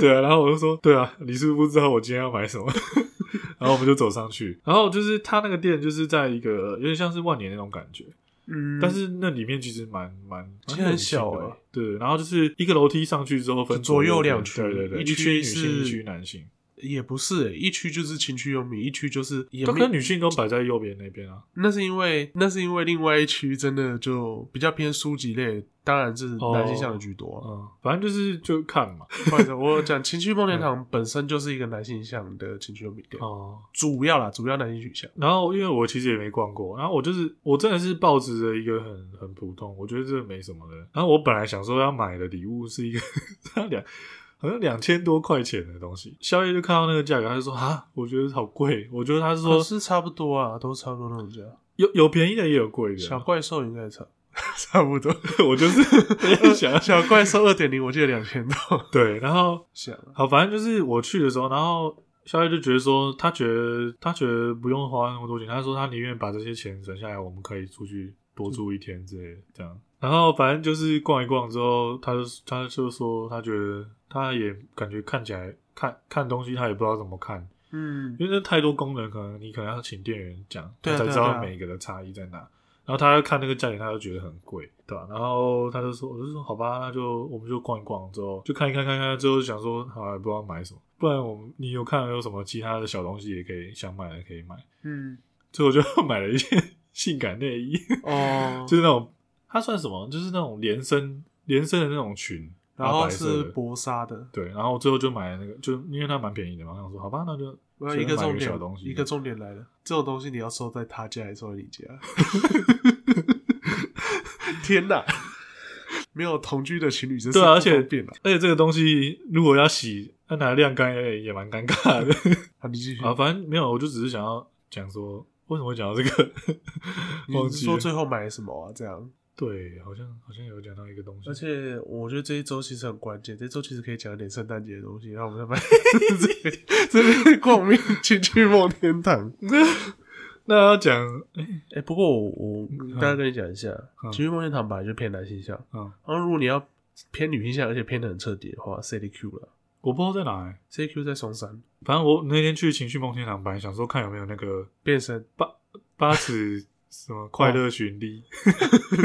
[SPEAKER 2] 对啊，然后我就说，对啊，李师傅知道我今天要买什么， 然后我们就走上去。然后就是他那个店就是在一个有点像是万年那种感觉，
[SPEAKER 1] 嗯，
[SPEAKER 2] 但是那里面其实蛮蛮
[SPEAKER 1] 其实很小
[SPEAKER 2] 哎、
[SPEAKER 1] 欸
[SPEAKER 2] 对，然后就是一个楼梯上去之后分
[SPEAKER 1] 就左右
[SPEAKER 2] 右
[SPEAKER 1] 两
[SPEAKER 2] 边
[SPEAKER 1] 区
[SPEAKER 2] 对对对，
[SPEAKER 1] 一
[SPEAKER 2] 一
[SPEAKER 1] 区
[SPEAKER 2] 区女
[SPEAKER 1] 是
[SPEAKER 2] 性，一区男性，
[SPEAKER 1] 也不是、欸，一区就是情趣用品，一区就是也
[SPEAKER 2] 但
[SPEAKER 1] 没
[SPEAKER 2] 跟女性都摆在右边那边啊。
[SPEAKER 1] 那是因为那是因为另外一区真的就比较偏书籍类，当然是
[SPEAKER 2] 哦
[SPEAKER 1] 男性向的居多、啊。
[SPEAKER 2] 嗯，反正就是就看嘛。
[SPEAKER 1] 不好意思，我讲情趣 梦天堂本身就是一个男性向的情趣用品店，
[SPEAKER 2] 哦、
[SPEAKER 1] 主要啦，主要男性取向。
[SPEAKER 2] 然后因为我其实也没逛过，然后我就是我真的是抱持着一个很很普通，我觉得这没什么的。然后我本来想说要买的礼物是一个 两好像两千多块钱的东西，宵夜就看到那个价格，他就说啊，我觉得好贵。我觉得他是
[SPEAKER 1] 可
[SPEAKER 2] 说
[SPEAKER 1] 是差不多啊，都差不多那种价。
[SPEAKER 2] 有有便宜的也有贵的
[SPEAKER 1] 小
[SPEAKER 2] 啊，
[SPEAKER 1] 怪兽应该差 差不多，
[SPEAKER 2] 我就是
[SPEAKER 1] 呃
[SPEAKER 2] 想要
[SPEAKER 1] 小怪兽二点零我记得两千多，
[SPEAKER 2] 对，然后
[SPEAKER 1] 想啊
[SPEAKER 2] 好，反正就是我去的时候，然后肖月就觉得说，他觉得他觉得不用花那么多钱，他说他宁愿把这些钱省下来，我们可以出去多住一天之类的这样。然后反正就是逛一逛之后，他就他就说他觉得他也感觉看起来看看东西他也不知道怎么看，
[SPEAKER 1] 嗯，
[SPEAKER 2] 因为那太多功能，可能你可能要请店员讲，
[SPEAKER 1] 对啊
[SPEAKER 2] 才
[SPEAKER 1] 对啊
[SPEAKER 2] 知
[SPEAKER 1] 对啊
[SPEAKER 2] 道每一个的差异在哪。然后他看那个价钱，他就觉得很贵，对吧、然后他就说，我就说好吧，那就我们就逛一逛，之后就看一看，看一看之后就想说，好、啊，也不知道买什么，不然我们你有看有什么其他的小东西也可以想买的可以买，
[SPEAKER 1] 嗯，
[SPEAKER 2] 所以我就 买了一件性感内衣，
[SPEAKER 1] 哦，
[SPEAKER 2] 就是那种它算什么，就是那种连身连身的那种裙，
[SPEAKER 1] 然后
[SPEAKER 2] 白色
[SPEAKER 1] 是
[SPEAKER 2] 的
[SPEAKER 1] 薄纱的，
[SPEAKER 2] 对，然后最后就买了那个，就因为它蛮便宜的嘛，我想说好吧，那就
[SPEAKER 1] 我有一个
[SPEAKER 2] 随
[SPEAKER 1] 重
[SPEAKER 2] 便买一个
[SPEAKER 1] 点
[SPEAKER 2] 小东，西，
[SPEAKER 1] 一个重点来了，这种东西你要收在 他家还是收在你家？天哪！没有同居的情侣真是
[SPEAKER 2] 对啊，而
[SPEAKER 1] 不
[SPEAKER 2] 且
[SPEAKER 1] 方便啊。
[SPEAKER 2] 而且这个东西如果要洗，那拿晾干也也蛮尴 尬的
[SPEAKER 1] 好，你继续。
[SPEAKER 2] 啊。反正没有，我就只是想要讲说，为什么会讲到这 个？忘
[SPEAKER 1] 你是
[SPEAKER 2] 记
[SPEAKER 1] 说
[SPEAKER 2] 了
[SPEAKER 1] 最后买什么啊？这样，
[SPEAKER 2] 对，好像好像有讲到一个东西，
[SPEAKER 1] 而且我觉得这一周其实很关键，这周其实可以讲一点圣诞节的东西，然后我们再 买这边这边逛面去去梦天堂。
[SPEAKER 2] 那要讲，哎、
[SPEAKER 1] 哎、不过我我大概跟你讲一下，
[SPEAKER 2] 嗯
[SPEAKER 1] 情绪梦天堂本来就偏男性向，
[SPEAKER 2] 嗯，
[SPEAKER 1] 然后如果你要偏女性向，而且偏的很彻底的话，CDQ 了
[SPEAKER 2] 我不知道在哪、欸。
[SPEAKER 1] ，CDQ 在松山
[SPEAKER 2] 反正我那天去情绪梦天堂，本来想说看有没有那个
[SPEAKER 1] 变身，
[SPEAKER 2] 八尺什么快乐巡礼，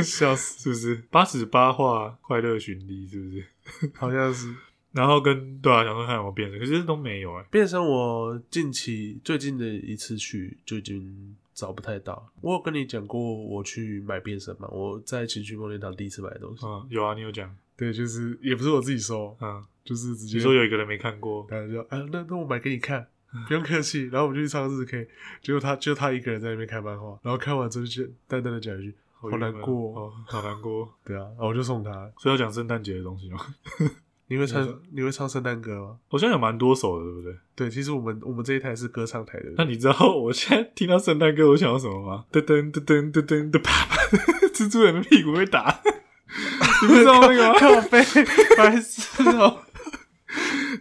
[SPEAKER 2] 笑死，是不是？八尺八画快乐巡礼，是不是？
[SPEAKER 1] 好像是
[SPEAKER 2] 然后跟对啊，想说看有没有变成，可是都没有哎、
[SPEAKER 1] 变身。我近期最近的一次去就已经找不太到。我有跟你讲过我去买变身嘛？我在情绪梦天堂第一次买的东西，
[SPEAKER 2] 嗯，有啊，你有讲，
[SPEAKER 1] 哦对，就是也不是我自己收，
[SPEAKER 2] 嗯，
[SPEAKER 1] 就是直接
[SPEAKER 2] 你说有一个人没看过，
[SPEAKER 1] 然后就啊，那那我买给你看，不用客气。然后我们就去唱日 K，结果他就他一个人在那边看漫画，然后看完之后就淡淡的讲一句，好
[SPEAKER 2] 郁闷
[SPEAKER 1] 难过哦。
[SPEAKER 2] 哦，好难过。
[SPEAKER 1] 对啊，然后我就送他。
[SPEAKER 2] 所以要讲圣诞节的东西吗？
[SPEAKER 1] 你会
[SPEAKER 2] 你说
[SPEAKER 1] 唱你会唱圣诞歌吗？
[SPEAKER 2] 好像有蛮多首的，对不对？
[SPEAKER 1] 对，其实我们我们这一台是歌唱台的，
[SPEAKER 2] 那你知道我现在听到圣诞歌，我想到什么吗？噔噔噔噔噔噔噔，啪啪， 蜘蛛人的屁股被打。 你不知道那个 吗？
[SPEAKER 1] 靠 背白痴哦，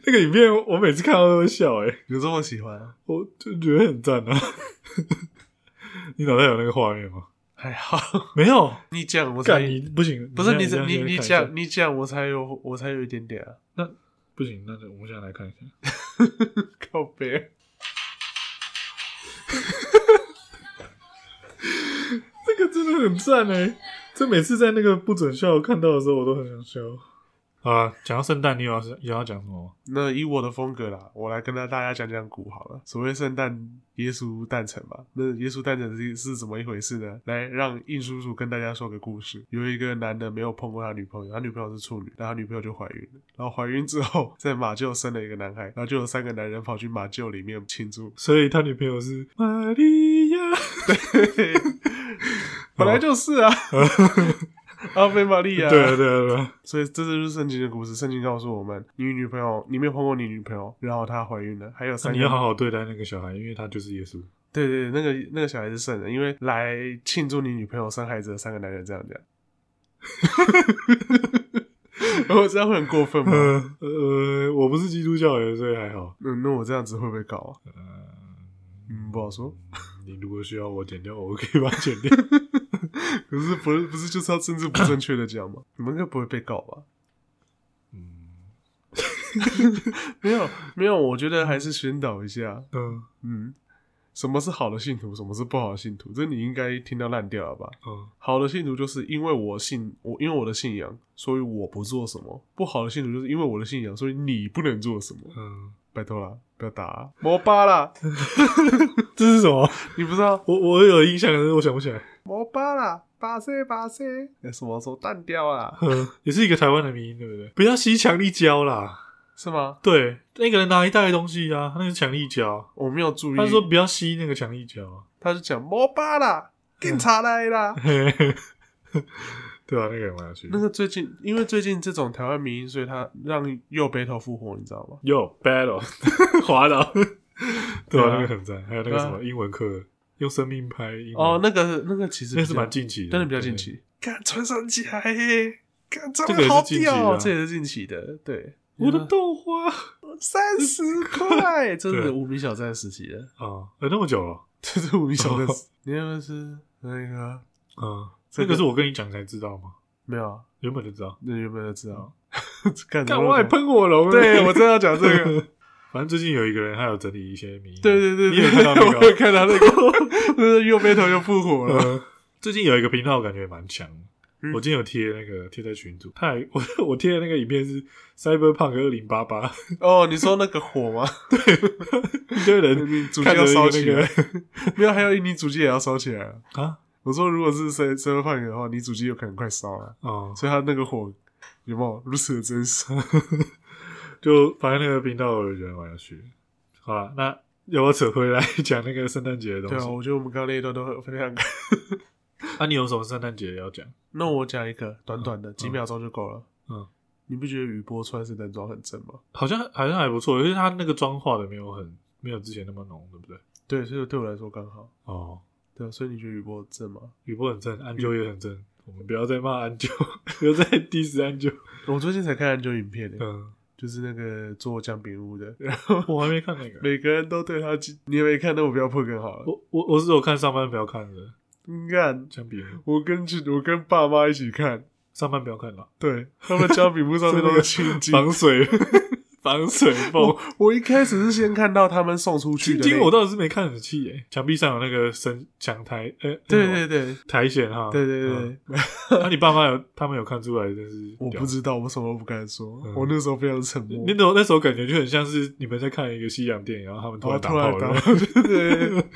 [SPEAKER 2] 那个影片，我每次看到都会笑、欸，
[SPEAKER 1] 有这么喜欢啊？
[SPEAKER 2] 我就觉得很赞啊。 你脑袋有那个画面吗？
[SPEAKER 1] 还好，
[SPEAKER 2] 没有，
[SPEAKER 1] 你讲我才
[SPEAKER 2] 干你不行，
[SPEAKER 1] 不是
[SPEAKER 2] 你
[SPEAKER 1] 你
[SPEAKER 2] 现在
[SPEAKER 1] 你你，
[SPEAKER 2] 现在看一下
[SPEAKER 1] 讲你讲我才有我才有一点点啊，
[SPEAKER 2] 不行，那我们现在来看一下。
[SPEAKER 1] 靠背。啊
[SPEAKER 2] 这个真的很赞哎、这每次在那个不准笑看到的时候，我都很想笑。啊，讲到圣诞，你有要有要讲什么吗？。
[SPEAKER 1] 那以我的风格啦，我来跟大大家讲讲古好了。所谓圣诞耶稣诞辰嘛，那耶稣诞辰是是怎么一回事呢？来让印叔叔跟大家说个故事。有一个男的没有碰过他女朋友，他女朋友是处女，然后他女朋友就怀孕了，然后怀孕之后在马厩生了一个男孩，然后就有三个男人跑去马厩里面庆祝
[SPEAKER 2] 所以他女朋友是玛利亚，
[SPEAKER 1] 本来就是啊，阿菲玛利亚。
[SPEAKER 2] 对啊，对啊，对啊，
[SPEAKER 1] 所以这就是圣经的故事。圣经告诉我们，你女朋友你没有碰过你女朋友，然后她怀孕了，还有
[SPEAKER 2] 那
[SPEAKER 1] 三
[SPEAKER 2] 你
[SPEAKER 1] 个
[SPEAKER 2] 要好好对待那个小孩，因为他就是耶 稣。
[SPEAKER 1] 对对，对那个那个小孩是圣人，因为来庆祝你女朋友生孩子的三个男人这样讲。 我这样会很过分吗？
[SPEAKER 2] 呃呃，我不是基督教人，所以还好。
[SPEAKER 1] 嗯，那我这样子会不会搞啊？
[SPEAKER 2] 嗯，
[SPEAKER 1] 嗯，不好说。
[SPEAKER 2] 你如果需要我剪掉，我可以把它剪掉。
[SPEAKER 1] 可是不是不是就是要政治不正确的讲吗？你们应该不会被告吧？
[SPEAKER 2] 嗯
[SPEAKER 1] 没有没有，我觉得还是宣导一下。
[SPEAKER 2] 嗯
[SPEAKER 1] 嗯，什么是好的信徒，什么是不好的信徒，这你应该听到烂掉了吧？
[SPEAKER 2] 嗯，
[SPEAKER 1] 好的信徒就是因为我信我，因为我的信仰，所以我不做什么；不好的信徒就是因为我的信仰，所以你不能做什么。
[SPEAKER 2] 嗯，
[SPEAKER 1] 拜托啦，不要打、啊、摩巴啦，
[SPEAKER 2] 这是什么？
[SPEAKER 1] 你不知道
[SPEAKER 2] 我我有印象，可是我想不起来。
[SPEAKER 1] 摩巴啦，巴塞巴塞，那哎什么时候淡掉啊？
[SPEAKER 2] 嗯，也是一个台湾的迷音，对不对？不要吸强力胶啦。
[SPEAKER 1] 是吗？
[SPEAKER 2] 对，那个人拿一袋东西啊，那是强力胶。
[SPEAKER 1] 我没有注意。
[SPEAKER 2] 他说，不要吸那个强力胶 啊。
[SPEAKER 1] 他就讲摩巴啦，警察来啦。
[SPEAKER 2] 嘿嘿嘿对啊，那个也蛮有趣的
[SPEAKER 1] 那。个最近，因为最近这种台湾民音，所以他让右北头复活，你知道吗？
[SPEAKER 2] Yo battle 滑倒，对
[SPEAKER 1] 对
[SPEAKER 2] 啊，
[SPEAKER 1] 啊
[SPEAKER 2] 那个很赞。还有那个
[SPEAKER 1] 对啊
[SPEAKER 2] 什么英文课，用生命拍英文
[SPEAKER 1] 哦，，那个那个其实
[SPEAKER 2] 那是
[SPEAKER 1] 比较
[SPEAKER 2] 蛮近期的，
[SPEAKER 1] 真的比较近
[SPEAKER 2] 对。
[SPEAKER 1] 期。看穿上起来耶，看这
[SPEAKER 2] 这个也是
[SPEAKER 1] 好
[SPEAKER 2] 近期的
[SPEAKER 1] 屌
[SPEAKER 2] 啊
[SPEAKER 1] 哦，这也是近期的。对，
[SPEAKER 2] 我的豆花
[SPEAKER 1] 三十 块，真
[SPEAKER 2] 对
[SPEAKER 1] 的无名小站时期的，
[SPEAKER 2] 啊，呃那么久了，
[SPEAKER 1] 这是无名 小站时。你要不是那个
[SPEAKER 2] 嗯，
[SPEAKER 1] 这
[SPEAKER 2] 这
[SPEAKER 1] 个
[SPEAKER 2] 个是我跟你讲才知道吗？
[SPEAKER 1] 没有啊？
[SPEAKER 2] 原本就知道。
[SPEAKER 1] 那原本就知道。 干
[SPEAKER 2] 干，
[SPEAKER 1] 怎么
[SPEAKER 2] 我还喷火龙了，
[SPEAKER 1] 对我正要讲这 个。
[SPEAKER 2] 反正最近有一个人，他有整理一些迷因，
[SPEAKER 1] 对对对，
[SPEAKER 2] 你有看到 那
[SPEAKER 1] 我有
[SPEAKER 2] 个？
[SPEAKER 1] 看到那个， 就是右边头又复活了。
[SPEAKER 2] 呃最近有一个频道，我感觉蛮强的。
[SPEAKER 1] 嗯
[SPEAKER 2] 我今天有贴那个贴在群组，他还我 我贴的那个影片是 Cyberpunk 二零八八，
[SPEAKER 1] 哦，你说那个火吗？
[SPEAKER 2] 一堆人
[SPEAKER 1] 你主机
[SPEAKER 2] 看着
[SPEAKER 1] 要
[SPEAKER 2] 一
[SPEAKER 1] 烧
[SPEAKER 2] 个
[SPEAKER 1] 起
[SPEAKER 2] 那
[SPEAKER 1] 来，
[SPEAKER 2] 个
[SPEAKER 1] 没有，还有你主机也要烧起来啊。
[SPEAKER 2] 啊
[SPEAKER 1] 我说，如果是谁谁会放你的话，你主机有可能快烧了。
[SPEAKER 2] 哦，
[SPEAKER 1] 所以他那个火有没有如此的真实？
[SPEAKER 2] 就反正那个频道我觉得蛮有趣的。好啊了，那要我扯回来讲那个圣诞节的
[SPEAKER 1] 对
[SPEAKER 2] 东
[SPEAKER 1] 啊，
[SPEAKER 2] 西。
[SPEAKER 1] 我觉得我们刚刚那一段都很非常
[SPEAKER 2] 啊，你有什么圣诞节要讲？
[SPEAKER 1] 那我讲一个短短的，几秒钟就够了。
[SPEAKER 2] 嗯，
[SPEAKER 1] 你不觉得雨波穿圣诞装很正吗？
[SPEAKER 2] 好像好像还不错，因为他那个妆化的没有很没有之前那么浓，对不对？
[SPEAKER 1] 对，所以对我来说刚好。
[SPEAKER 2] 哦，
[SPEAKER 1] 对啊，所以你觉得雨波正吗？
[SPEAKER 2] 雨波很正，安啾也很正，我们不要再骂安啾， 不要再 diss 安啾。
[SPEAKER 1] 我最近才看很久影片呢，
[SPEAKER 2] 嗯，
[SPEAKER 1] 就是那个做酱饼屋的，
[SPEAKER 2] 我还没看那个，
[SPEAKER 1] 每个人都对他进，你也没看，那我不要破梗好了。
[SPEAKER 2] 我我我是有看上班不要看的，
[SPEAKER 1] 你看，
[SPEAKER 2] 相比
[SPEAKER 1] 我跟去，我跟爸妈一起看，
[SPEAKER 2] 上班不要看了，
[SPEAKER 1] 对他们酱饼屋上面都是青 筋。
[SPEAKER 2] 防水 防水缝。
[SPEAKER 1] 我我一开始是先看到他们送出去
[SPEAKER 2] 青
[SPEAKER 1] 的，
[SPEAKER 2] 筋我倒是没看很气耶，墙壁上有那个绳墙台，呃，
[SPEAKER 1] 对
[SPEAKER 2] 那
[SPEAKER 1] 对
[SPEAKER 2] 种
[SPEAKER 1] 对
[SPEAKER 2] 苔藓哈，
[SPEAKER 1] 对对对，
[SPEAKER 2] 嗯。那你爸妈有他们有看出来，但是
[SPEAKER 1] 我
[SPEAKER 2] 屌
[SPEAKER 1] 不知道，我什么都不敢说
[SPEAKER 2] 嗯，
[SPEAKER 1] 我那时候非常沉默
[SPEAKER 2] 那。种那时候感觉就很像是你们在看一个西洋电影，然后他们突
[SPEAKER 1] 我
[SPEAKER 2] 然打
[SPEAKER 1] 哦突
[SPEAKER 2] 炮
[SPEAKER 1] 然
[SPEAKER 2] 了
[SPEAKER 1] 打，，对，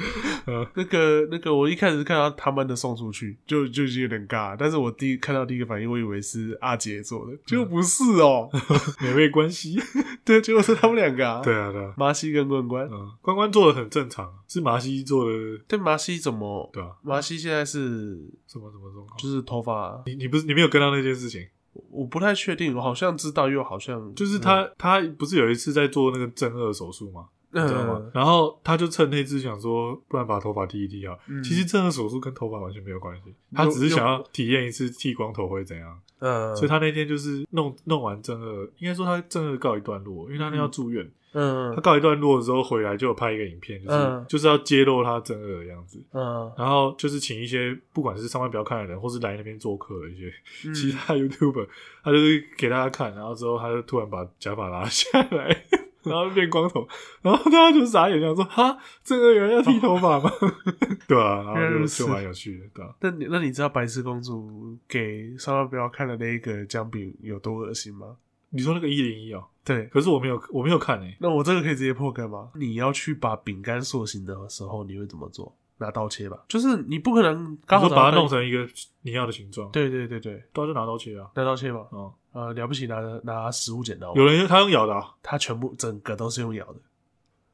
[SPEAKER 2] 嗯
[SPEAKER 1] 那个那个，我一开始是看到他们的送出去，就就已经有点尬。但是我第一看到第一个反应，我以为是阿杰做的，
[SPEAKER 2] 嗯
[SPEAKER 1] 结果不是哦、
[SPEAKER 2] 美味关系。
[SPEAKER 1] 对，结果是他们两个、啊，，
[SPEAKER 2] 对啊，对啊，
[SPEAKER 1] 麻西跟关关。
[SPEAKER 2] 嗯，关关做的很正常，是麻西做的，
[SPEAKER 1] 对，麻西怎么？
[SPEAKER 2] 对啊，哦
[SPEAKER 1] 麻西现在是
[SPEAKER 2] 什么什么状况？
[SPEAKER 1] 就是头发，
[SPEAKER 2] 你你不是你没有跟到那件事情，
[SPEAKER 1] 我我不太确定，我好像知道，又好像嗯
[SPEAKER 2] 就是他、他不是有一次在做那个正颚手术吗？
[SPEAKER 1] 没有，
[SPEAKER 2] 你知道吗？然后他就趁那次想说，不然把头发剃一剃啊。
[SPEAKER 1] 嗯
[SPEAKER 2] 其实正颚手术跟头发完全没有关系，他只是想要体验一次剃光头会怎样。
[SPEAKER 1] 嗯，嗯
[SPEAKER 2] 所以他那天就是弄弄完正颚，应该说他正颚告一段落，因为他那要住院，
[SPEAKER 1] 嗯
[SPEAKER 2] 他告一段落之后回来就有拍一个影片，就是、
[SPEAKER 1] 嗯
[SPEAKER 2] 就是要揭露他正颚的样子。
[SPEAKER 1] 嗯，
[SPEAKER 2] 然后就是请一些不管是上班不要看的人，或是来那边做客的一些
[SPEAKER 1] 嗯
[SPEAKER 2] 其他 YouTuber，他 就是给大家看，然后之后他就突然把假发拉下来， 然后变光头， 然后大家就傻眼，想说哈，这个有人要剃头发吗？ 对啊，然
[SPEAKER 1] 原来
[SPEAKER 2] 后就
[SPEAKER 1] 如此
[SPEAKER 2] 就蛮有趣的，对啊，
[SPEAKER 1] 那你那你知道白痴公主给上万不要看的那一个姜饼有多恶心吗？
[SPEAKER 2] 你说那个一零一哦，
[SPEAKER 1] 对，
[SPEAKER 2] 可是我没有，我没有看欸诶、
[SPEAKER 1] 那我这个可以直接破梗吗？你要去把饼干塑形的时候，你会怎么做？拿刀切吧，就是你不可能刚
[SPEAKER 2] 然
[SPEAKER 1] 好
[SPEAKER 2] 后把它弄
[SPEAKER 1] 成。
[SPEAKER 2] 成一个你要的形状，
[SPEAKER 1] 对对对对，
[SPEAKER 2] 对啊，就拿刀切啊，
[SPEAKER 1] 拿刀切吧。
[SPEAKER 2] 嗯，
[SPEAKER 1] 呃，了不起拿拿食物剪刀吧，
[SPEAKER 2] 有人他用咬的、啊，
[SPEAKER 1] 它全部整个都是用咬的。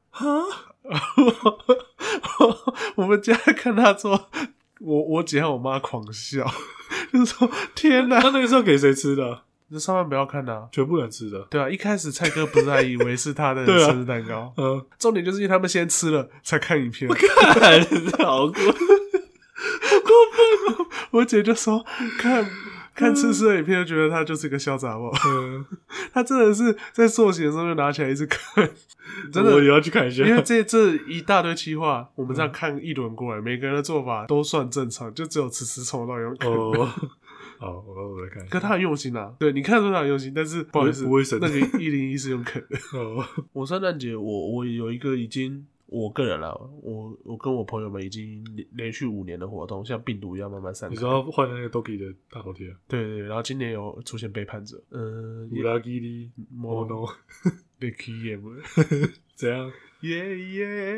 [SPEAKER 2] 哈，
[SPEAKER 1] 我们家看他做，我我姐和我妈狂笑， 就是说天哪，
[SPEAKER 2] 那那个是要给谁吃的？
[SPEAKER 1] 这上万不要看啊。
[SPEAKER 2] 全部人吃的，
[SPEAKER 1] 对啊，一开始蔡哥不是还以为是他的
[SPEAKER 2] 对啊
[SPEAKER 1] 生日蛋糕，
[SPEAKER 2] 嗯。
[SPEAKER 1] 重点就是因为他们先吃了才看影片。
[SPEAKER 2] 看，好过。
[SPEAKER 1] 我姐就说 看看吃吃的影片，就觉得他就是一个小杂货。
[SPEAKER 2] 嗯，
[SPEAKER 1] 他真的是在塑形的时候就拿起来一直看，真
[SPEAKER 2] 我
[SPEAKER 1] 的
[SPEAKER 2] 也。嗯要去看一下。
[SPEAKER 1] 因为这这一大堆企划，我们这样看一轮过来，每个人的做法都算正常，就只有迟迟从头到尾用看。
[SPEAKER 2] 哦，好，我我来看一下。
[SPEAKER 1] 可他很用心啊，对，你看出他很用心，但是不好意思，
[SPEAKER 2] 不会省
[SPEAKER 1] 那个一零一是用啃的。
[SPEAKER 2] 哦，
[SPEAKER 1] 我圣诞节，我我有一个已经我个人啦，我我跟我朋友们已经连连续五年的活动，像病毒一样慢慢散
[SPEAKER 2] 你
[SPEAKER 1] 开
[SPEAKER 2] 知。道换那个 Doki 的大头贴，
[SPEAKER 1] 对对，对然后今年有出现背叛者，嗯、
[SPEAKER 2] 乌拉吉里
[SPEAKER 1] 莫
[SPEAKER 2] 哦 no，
[SPEAKER 1] 被 key 耶嘛，
[SPEAKER 2] 怎样
[SPEAKER 1] 耶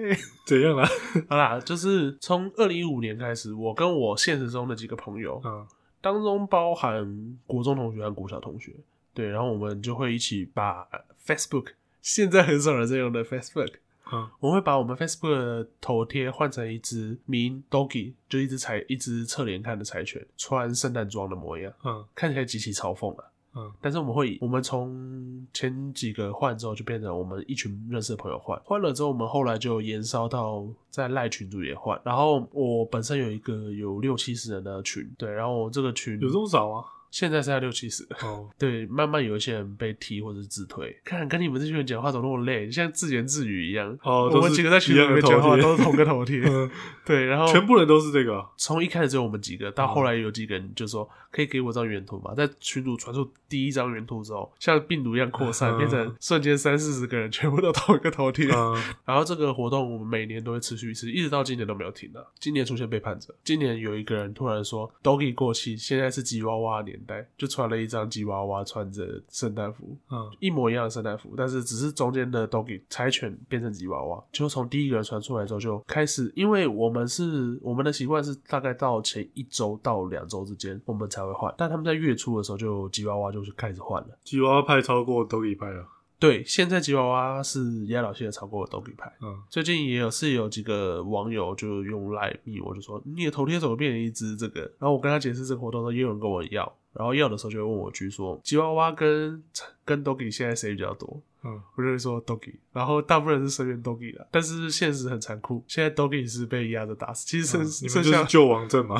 [SPEAKER 1] 耶！
[SPEAKER 2] 怎样啦？
[SPEAKER 1] 好啦，就是从二零一五年开始，我跟我现实中的几个朋友，
[SPEAKER 2] 嗯，
[SPEAKER 1] 当中包含国中同学和国小同学，对，然后我们就会一起把 Facebook 现在很少人在用的 Facebook，
[SPEAKER 2] 嗯，
[SPEAKER 1] 我们会把我们 Facebook 的头贴换成一只名 Doggy，就一只柴，一只侧脸看的柴犬，穿圣诞装的模样，
[SPEAKER 2] 嗯
[SPEAKER 1] 看起来极其嘲讽啊。
[SPEAKER 2] 嗯
[SPEAKER 1] 但是我们会以，我们从前几个换之后，就变成我们一群认识的朋友换，换了之后，我们后来就延烧到在赖群组也换。然后我本身有一个有六七十人的群，对，然后我这个群
[SPEAKER 2] 有这么少啊吗？
[SPEAKER 1] 现在是在六七十，
[SPEAKER 2] 哦，
[SPEAKER 1] 对，慢慢有一些人被踢或者是自推。看，跟你们这群人讲话怎么那么累，像自言自语一样。
[SPEAKER 2] 哦
[SPEAKER 1] 我
[SPEAKER 2] 都
[SPEAKER 1] 们
[SPEAKER 2] 是
[SPEAKER 1] 几个在群里面讲话都是同个头贴，
[SPEAKER 2] 嗯，
[SPEAKER 1] 对，然后
[SPEAKER 2] 全部人嗯都是这个 啊，
[SPEAKER 1] 从一开始只有我们几个，到后来有几个人就说可以给我张原图嘛，在群主传出第一张原图之后，像病毒一样扩散，
[SPEAKER 2] 嗯
[SPEAKER 1] 变成瞬间三四十个人全部都同一个头贴。
[SPEAKER 2] 嗯，
[SPEAKER 1] 然后这个活动我们每年都会持续一次，一直到今年都没有停啊。今年出现背叛者，今年有一个人突然说 Doggy 过期，现在是吉娃娃的年代，就传了一张吉娃娃穿着圣诞服，
[SPEAKER 2] 嗯，
[SPEAKER 1] 一模一样的圣诞服，但是只是中间的都给柴犬变成吉娃娃。就从第一个人传出来之后，就开始，因为我们是我们的习惯是大概到前一周到两周之间我们才会换，但他们在月初的时候就吉娃娃就是开始换了。
[SPEAKER 2] 吉娃娃派超过 Doki 派了，
[SPEAKER 1] 对，现在吉娃娃是压倒性的超过斗笠牌。
[SPEAKER 2] 嗯，
[SPEAKER 1] 最近也有是有几个网友就用赖密我，就说你的头贴怎么变成一只这个？然后我跟他解释这个活动的时候，也有人跟我要，然后要的时候就会问我居说吉娃娃跟跟 Doggy 现在谁比较多？
[SPEAKER 2] 嗯，
[SPEAKER 1] 我就会说 Doggy，然后大部分人是声援 Doggy 的，但是现实很残酷，现在 Doggy 是被压着打死，其实剩、
[SPEAKER 2] 嗯你们
[SPEAKER 1] 剩
[SPEAKER 2] 就是
[SPEAKER 1] 下
[SPEAKER 2] 救王阵嘛？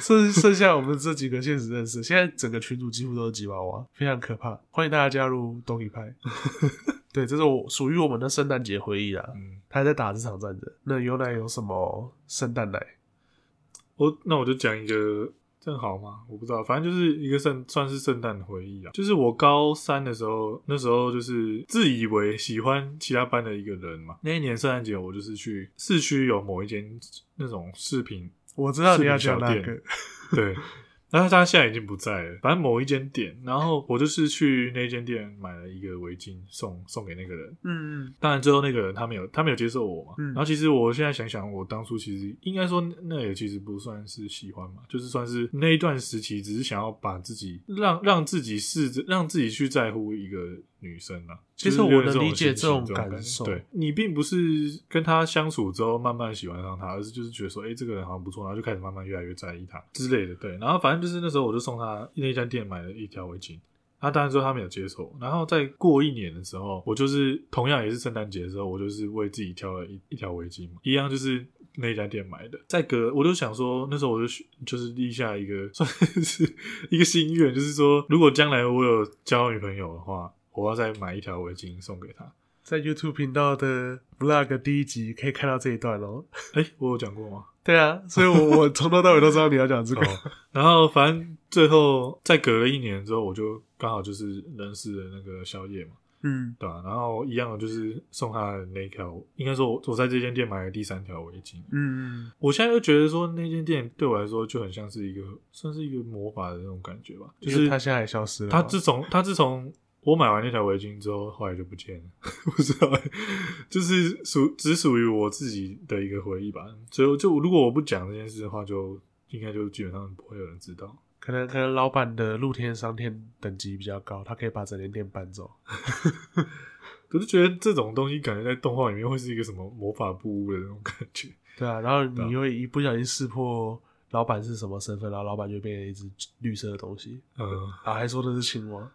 [SPEAKER 1] 剩剩下我们这几个现实认识，现在整个群组几乎都是吉娃娃，非常可怕。欢迎大家加入东一派。 对，这是我属于我们的圣诞节回忆啦。
[SPEAKER 2] 嗯，
[SPEAKER 1] 他还在打这场战争。那牛奶有什么圣诞奶？
[SPEAKER 2] 我那我就讲一个，正好吗？我不知道，反正就是一个圣算是圣诞回忆啊。就是我高三的时候，那时候就是自以为喜欢其他班的一个人嘛。那一年圣诞节，我就是去市区有某一间那种饰品
[SPEAKER 1] 我知道你要讲那
[SPEAKER 2] 是
[SPEAKER 1] 个，
[SPEAKER 2] 对，但是他现在已经不在了。反正某一间店，然后我就是去那间店买了一个围巾送送给那个人。
[SPEAKER 1] 嗯嗯，
[SPEAKER 2] 当然最后那个人他没有他没有接受我嘛。
[SPEAKER 1] 嗯
[SPEAKER 2] 然后其实我现在想想，我当初其实应该说那也其实不算是喜欢嘛，就是算是那一段时期，只是想要把自己让让自己试着让自己去在乎一个女生啦。
[SPEAKER 1] 其实
[SPEAKER 2] 就是有
[SPEAKER 1] 我能
[SPEAKER 2] 种
[SPEAKER 1] 理解
[SPEAKER 2] 心情
[SPEAKER 1] 这种
[SPEAKER 2] 感
[SPEAKER 1] 感受
[SPEAKER 2] 对你并不是跟他相处之后慢慢喜欢上他，而是就是觉得说，哎、这个人好像不错，然后就开始慢慢越来越在意他之类的。对，然后反正就是那时候我就送他那家店买了一条围巾。他当然说他没有接受，然后再过一年的时候，我就是同样也是圣诞节的时候，我就是为自己挑了一一条围巾嘛，一样就是那家店买的。再隔，我就想说，那时候我就许就是立下一个算是一个心愿，就是说，如果将来我有交女朋友的话，我要再买一条围巾送给她。
[SPEAKER 1] 在 YouTube 频道的 Vlog 第一集可以看到这一段哦。
[SPEAKER 2] 哎、我有讲过吗？
[SPEAKER 1] 对啊，所以我我从头到尾都知道你要讲这个。
[SPEAKER 2] 哦然后反正最后再隔了一年之后，我就刚好就是认识了那个宵夜嘛。
[SPEAKER 1] 嗯，
[SPEAKER 2] 对啊，然后一样的就是送他的那条，应该说我我在这间店买的第三条围巾。
[SPEAKER 1] 嗯嗯，
[SPEAKER 2] 我现在就觉得说那间店对我来说就很像是一个算是一个魔法的那种感觉吧，就
[SPEAKER 1] 就是
[SPEAKER 2] 是
[SPEAKER 1] 他现在也消失了吗。
[SPEAKER 2] 他自从他自从我买完那条围巾之后，后来就不见了， 不知道欸，就是属只属于我自己的一个回忆吧。所以我就如果我不讲这件事的话，就应该就基本上不会有人知道。
[SPEAKER 1] 可能可能老板的露天商店等级比较高，他可以把整间店搬走。
[SPEAKER 2] 我就觉得这种东西感觉在动画里面会是一个什么魔法布屋的那种感觉。
[SPEAKER 1] 对啊，然后你
[SPEAKER 2] 对
[SPEAKER 1] 会一不小心识破老板是什么身份，然后老板就变成一只绿色的东西，
[SPEAKER 2] 嗯，
[SPEAKER 1] 啊，还说的是青 蛙。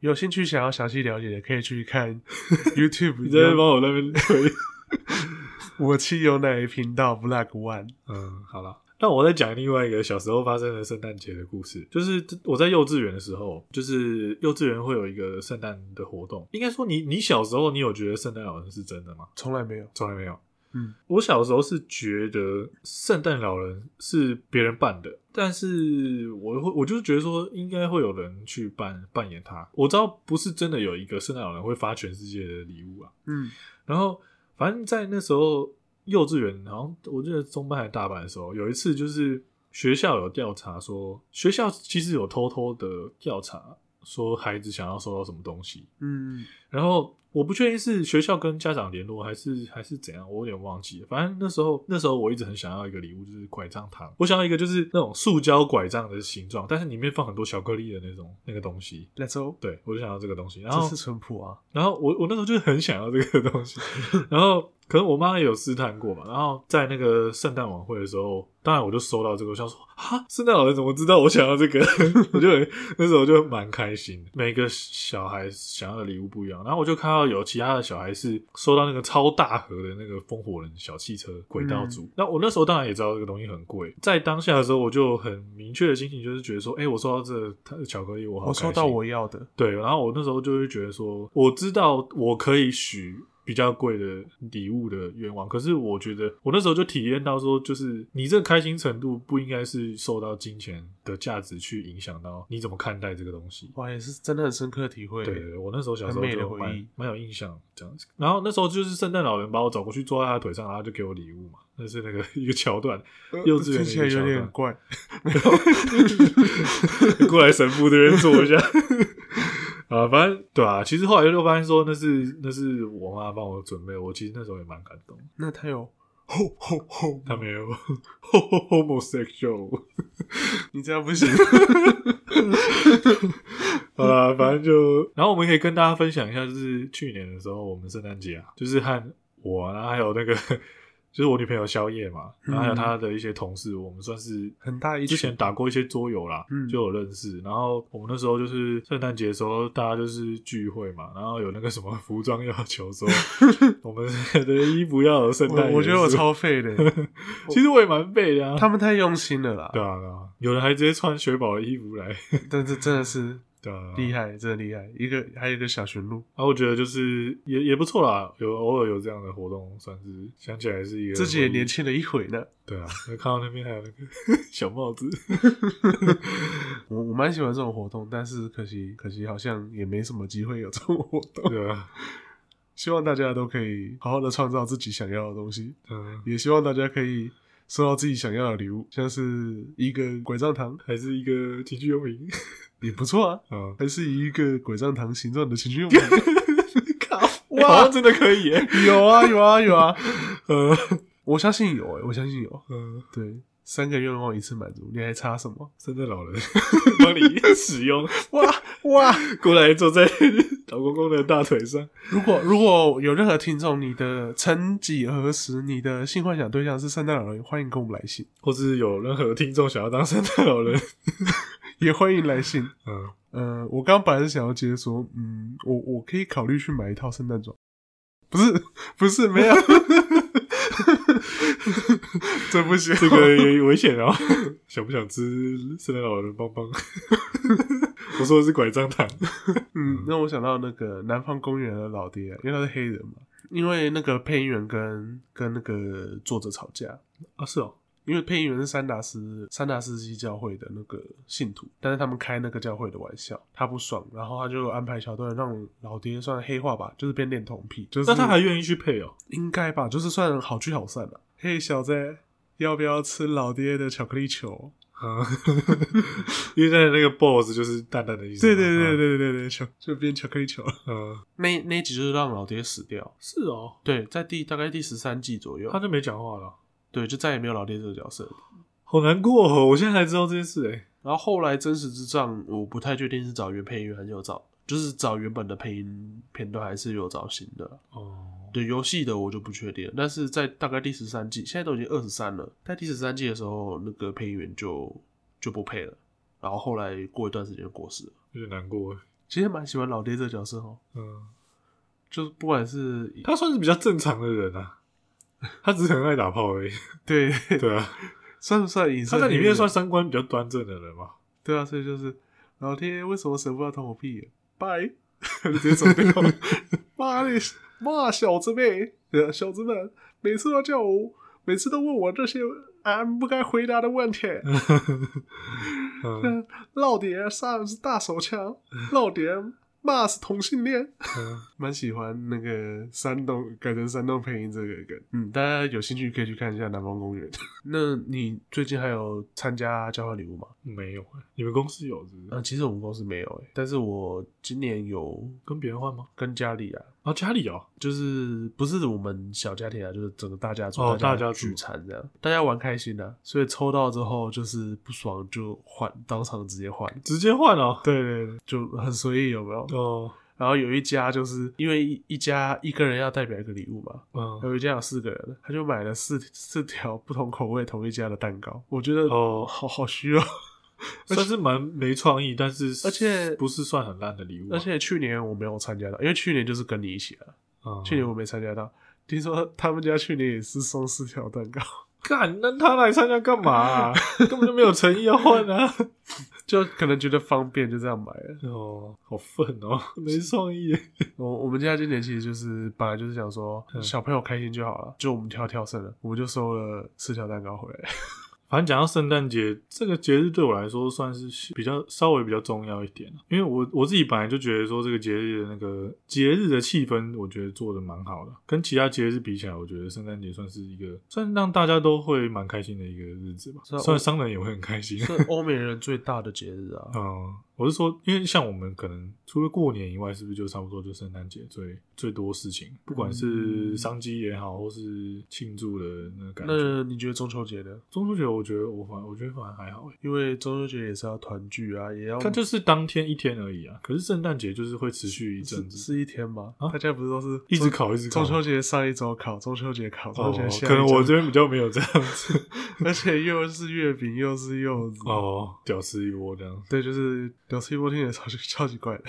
[SPEAKER 1] 有兴趣想要详细了解的，可以去 看 YouTube
[SPEAKER 2] 你在那边帮我那边推。
[SPEAKER 1] 我妻有奶频道 Black One。
[SPEAKER 2] 嗯，好了。那我再讲另外一个小时候发生的圣诞节的故事，就是我在幼稚园的时候，就是幼稚园会有一个圣诞的活动。应该说你，你小时候你有觉得圣诞老人是真的吗？
[SPEAKER 1] 从来没有，
[SPEAKER 2] 从来没有。
[SPEAKER 1] 嗯，
[SPEAKER 2] 我小时候是觉得圣诞老人是别人扮的，但是我会我就是觉得说应该会有人去扮扮演他。我知道不是真的有一个圣诞老人会发全世界的礼物啊，
[SPEAKER 1] 嗯
[SPEAKER 2] 然后反正在那时候幼稚园，然后我记得中班还是大班的时候，有一次就是学校有调查说，学校其实有偷偷的调查说孩子想要收到什么东西，
[SPEAKER 1] 嗯
[SPEAKER 2] 然后我不确定是学校跟家长联络，还是还是怎样，我有点忘记了。反正那时候那时候我一直很想要一个礼物，就是拐杖糖。我想要一个就是那种塑胶拐杖的形状，但是里面放很多巧克力的那种那个东西。
[SPEAKER 1] ，Let's go，
[SPEAKER 2] 对，我就想要这个东西。然
[SPEAKER 1] 这
[SPEAKER 2] 后
[SPEAKER 1] 是淳朴啊。
[SPEAKER 2] 然后我我那时候就很想要这个 东西，然后可能我妈也有试探过嘛。然后在那个圣诞晚会的时候，当然我就收到这个，我想说啊，圣诞老人怎么知道我想要这个？ 我就很那时候就蛮开心的。每个小孩想要的礼物不一样，然后我就看到有其他的小孩是收到那个超大盒的那个风火轮小汽车轨道
[SPEAKER 1] 嗯
[SPEAKER 2] 组。那我那时候当然也知道这个东西很贵，在当下的时候我就很明确的心情就是觉得说，哎、我收到这个它的巧克力，我好
[SPEAKER 1] 我
[SPEAKER 2] 开心
[SPEAKER 1] 收到我要的，
[SPEAKER 2] 对，然后我那时候就会觉得说，我知道我可以许比较贵的礼物的愿望，可是我觉得我那时候就体验到说，就是你这个开心程度不应该是受到金钱的价值去影响到你怎么看待这个东西。
[SPEAKER 1] 哇，也是真的很深刻的体会。
[SPEAKER 2] 对对，我那时候小时候
[SPEAKER 1] 很美的
[SPEAKER 2] 就
[SPEAKER 1] 回
[SPEAKER 2] 蛮
[SPEAKER 1] 忆
[SPEAKER 2] 蛮有印象这样子。然后那时候就是圣诞老人把我找过去，坐在他的腿上，然后就给我礼物嘛，那是那个 一个桥段。幼稚
[SPEAKER 1] 听
[SPEAKER 2] 园的一个
[SPEAKER 1] 起来有
[SPEAKER 2] 桥
[SPEAKER 1] 点
[SPEAKER 2] 段
[SPEAKER 1] 怪。
[SPEAKER 2] 过来神父这边坐一下。 啊，反正对啊，其实后来就发现说那是那是我妈帮我准备的，我其实那时候也蛮感动。
[SPEAKER 1] 那他有吼吼 吼，
[SPEAKER 2] 他没有 homosexual，
[SPEAKER 1] 你这样不行。
[SPEAKER 2] 好啦，反正就然后我们可以跟大家分享一下，就是去年的时候，我们圣诞节啊，就是和我啊，然后还有那个 就是我女朋友宵夜嘛，然后还有她的一些同事，我们算是
[SPEAKER 1] 很大一群
[SPEAKER 2] 之前打过一些桌游啦，
[SPEAKER 1] 嗯
[SPEAKER 2] 就有认识。然后我们那时候就是圣诞节的时候，大家就是聚会嘛，然后有那个什么服装要 求说，我们的衣服要有圣诞
[SPEAKER 1] 我我觉得我
[SPEAKER 2] 元素，
[SPEAKER 1] 超废的，
[SPEAKER 2] 其实我也蛮背的啊。
[SPEAKER 1] 他们太用心了啦
[SPEAKER 2] 对。啊，对啊，有人还直接穿雪宝的衣服来，
[SPEAKER 1] 但是真的是
[SPEAKER 2] 对啊，
[SPEAKER 1] 厉害，真的厉害。一个还有一个小驯鹿，
[SPEAKER 2] 然后我觉得就是也也不错啦，有偶尔有这样的活动，算是想起来是一个
[SPEAKER 1] 自己也
[SPEAKER 2] 回忆
[SPEAKER 1] 年轻了一回呢。
[SPEAKER 2] 对啊，那看到那边还有那个小帽子，
[SPEAKER 1] 我我蛮喜欢这种活动，但是可惜可惜好像也没什么机会有这种活动。
[SPEAKER 2] 对啊，
[SPEAKER 1] 希望大家都可以好好的创造自己想要的东西，
[SPEAKER 2] 嗯，
[SPEAKER 1] 也希望大家可以收到自己想要的礼物，像是一个拐杖糖
[SPEAKER 2] 还是一个情趣用品，
[SPEAKER 1] 也不错啊，
[SPEAKER 2] 嗯，
[SPEAKER 1] 还是一个拐杖糖形状的情趣用品。
[SPEAKER 2] 靠，
[SPEAKER 1] 哇
[SPEAKER 2] 哇，好像真的可以 耶，
[SPEAKER 1] 有啊有啊有啊，
[SPEAKER 2] 嗯
[SPEAKER 1] 我相信有诶、我相信有。
[SPEAKER 2] 嗯，
[SPEAKER 1] 对，三个愿望一次满足，你还差什 么？
[SPEAKER 2] 圣诞老人帮你使用，
[SPEAKER 1] 哇哇！
[SPEAKER 2] 过来坐在 老公公的大腿上，
[SPEAKER 1] 如果如果有任何听众，你的曾几何时，你的性幻想对象是圣诞老人，欢迎跟我们来 信，
[SPEAKER 2] 或是有任何听众想要当圣诞老 人，
[SPEAKER 1] 也欢迎来信。
[SPEAKER 2] 嗯，
[SPEAKER 1] 呃，我刚刚本来是想要接着说，嗯，我我可以考虑去买一套圣诞装，不是不是 没有， 这不行，
[SPEAKER 2] 这个也危险哦，想不想吃圣诞老人棒 棒？我说的是拐杖糖。
[SPEAKER 1] 嗯，让我想到那个南方公园的老爹，因为他是黑人嘛，因为那个配音员跟跟那个作者吵架，
[SPEAKER 2] 啊，是哦，
[SPEAKER 1] 因为配音员是三达斯三达斯基教会的那个信徒，但是他们开那个教会的玩笑，他不爽，然后他就安排小段让老爹算黑化吧，就是变恋童癖，就是
[SPEAKER 2] 那他还愿意去配哦？
[SPEAKER 1] 应该吧，就是算好聚好散了。嘿，小子，要不要吃老爹的巧克力球？
[SPEAKER 2] 啊， 因为在那个 boss 就是淡淡的意思
[SPEAKER 1] 对
[SPEAKER 2] 嘛。啊
[SPEAKER 1] 对对对对对，巧就变巧克力球了。
[SPEAKER 2] 嗯，嗯，
[SPEAKER 1] 那那一集就是让老爹死掉，
[SPEAKER 2] 是哦，
[SPEAKER 1] 对，在第大概第十三季左右
[SPEAKER 2] 他，就没讲话了，
[SPEAKER 1] 对，就再也没有老爹这个角色。
[SPEAKER 2] 好难过哦！我现在才知道这件事，哎，
[SPEAKER 1] 然后后来真实之战，我不太确定是找原配音员还是有找，就是找原本的配音片段，还是有找新的。
[SPEAKER 2] 哦，
[SPEAKER 1] 对游戏的我就不确定，但是在大概第十三季，现在都已经二十三了，在第十三季的时候，那个配音员就就不配了，然后后来过一段时间就过世了。
[SPEAKER 2] 有点难过，哎
[SPEAKER 1] 其实蛮喜欢老爹这个角色哦，
[SPEAKER 2] 嗯，
[SPEAKER 1] 就是不管是
[SPEAKER 2] 他算是比较正常的人啊，他只是很爱打炮而已。
[SPEAKER 1] 对
[SPEAKER 2] 对啊，
[SPEAKER 1] 算不算影射
[SPEAKER 2] 他
[SPEAKER 1] 黑人，
[SPEAKER 2] 在里面算三观比较端正的人嘛。
[SPEAKER 1] 对啊，所以就是老爹为什么舍不得捅我屁眼？拜， 直接走掉， 妈的，骂小子妹，对啊小子们每次都叫我，每次都问我这些俺不该回答的问题。
[SPEAKER 2] 嗯，
[SPEAKER 1] 老爹杀人是大手枪，老爹骂是同性恋，
[SPEAKER 2] 嗯
[SPEAKER 1] 蛮喜欢那个山东改成山东配音这个梗。嗯，大家有兴趣可以去看一下《南方公园》。 那你最近还有参加交换礼物吗？
[SPEAKER 2] 没有，哎你们公司有是不
[SPEAKER 1] 嗯、
[SPEAKER 2] 是？
[SPEAKER 1] 其实我们公司没有诶、但是我今年有
[SPEAKER 2] 跟别人换吗？
[SPEAKER 1] 跟家里啊，
[SPEAKER 2] 啊，家里哦，
[SPEAKER 1] 就是不是我们小家庭啊，就是整个大家族，
[SPEAKER 2] 哦
[SPEAKER 1] 大
[SPEAKER 2] 大家族
[SPEAKER 1] 聚餐这样，大家玩开心啊，所以抽到之后就是不爽就换，当场直接换。
[SPEAKER 2] 直接换哦。
[SPEAKER 1] 对对对，就很随意，有没有？
[SPEAKER 2] 哦，
[SPEAKER 1] 然后有一家就是因为一一家一个人要代表一个礼物嘛，
[SPEAKER 2] 嗯，
[SPEAKER 1] 有一家有四个人，他就买了四四条不同口味同一家的蛋糕，我觉得
[SPEAKER 2] 哦
[SPEAKER 1] 好好虚哦。
[SPEAKER 2] 算是蛮没创意，但是
[SPEAKER 1] 而且
[SPEAKER 2] 不是算很烂的礼物啊。
[SPEAKER 1] 而且去年我没有参加到，因为去年就是跟你一起啊，
[SPEAKER 2] 嗯
[SPEAKER 1] 去年我没参加到。听说他们家去年也是送四条蛋糕，
[SPEAKER 2] 干，那他来参加干嘛啊、根本就没有诚意要换啊！
[SPEAKER 1] 就可能觉得方便就这样买了。
[SPEAKER 2] 哦，好愤哦，没创意。
[SPEAKER 1] 我我们家今年其实就是本来就是想说
[SPEAKER 2] 嗯
[SPEAKER 1] 小朋友开心就好了，就我们挑挑剩了，我们就收了四条蛋糕回来。
[SPEAKER 2] 反正讲到圣诞节这个节日，对我来说算是比较稍微比较重要一点啊因为我我自己本来就觉得说这个节日的那个节日的气氛，我觉得做的蛮好的，啊跟其他节日比起来，我觉得圣诞节算是一个算让大家都会蛮开心的一个日子吧
[SPEAKER 1] 是啊。
[SPEAKER 2] 虽然商人也会很开心，
[SPEAKER 1] 这欧美人最大的节日啊，
[SPEAKER 2] 嗯，我是说，因为像我们可能除了过年以外，是不是就差不多就圣诞节最最多事情，不管是商机也好，或是庆祝的那个感觉。
[SPEAKER 1] 嗯那你觉得中秋节呢？
[SPEAKER 2] 中秋节，我觉得我反我觉得反而还好欸，
[SPEAKER 1] 因为中秋节也是要团聚啊，也要
[SPEAKER 2] 它就是当天一天而已啊。可是圣诞节就是会持续一阵
[SPEAKER 1] 是
[SPEAKER 2] 子，
[SPEAKER 1] 是一天吗？
[SPEAKER 2] 啊
[SPEAKER 1] 大家不是都是
[SPEAKER 2] 一直考一直考
[SPEAKER 1] 中秋节上一周考，中秋节考，中
[SPEAKER 2] 哦
[SPEAKER 1] 秋节，下一
[SPEAKER 2] 可能我
[SPEAKER 1] 周
[SPEAKER 2] 这边比较没有这样子
[SPEAKER 1] 而且又是月饼又是柚子，
[SPEAKER 2] 哦，屌丝一窝这样。
[SPEAKER 1] 对，就是屌丝一波听也超级 超级怪的，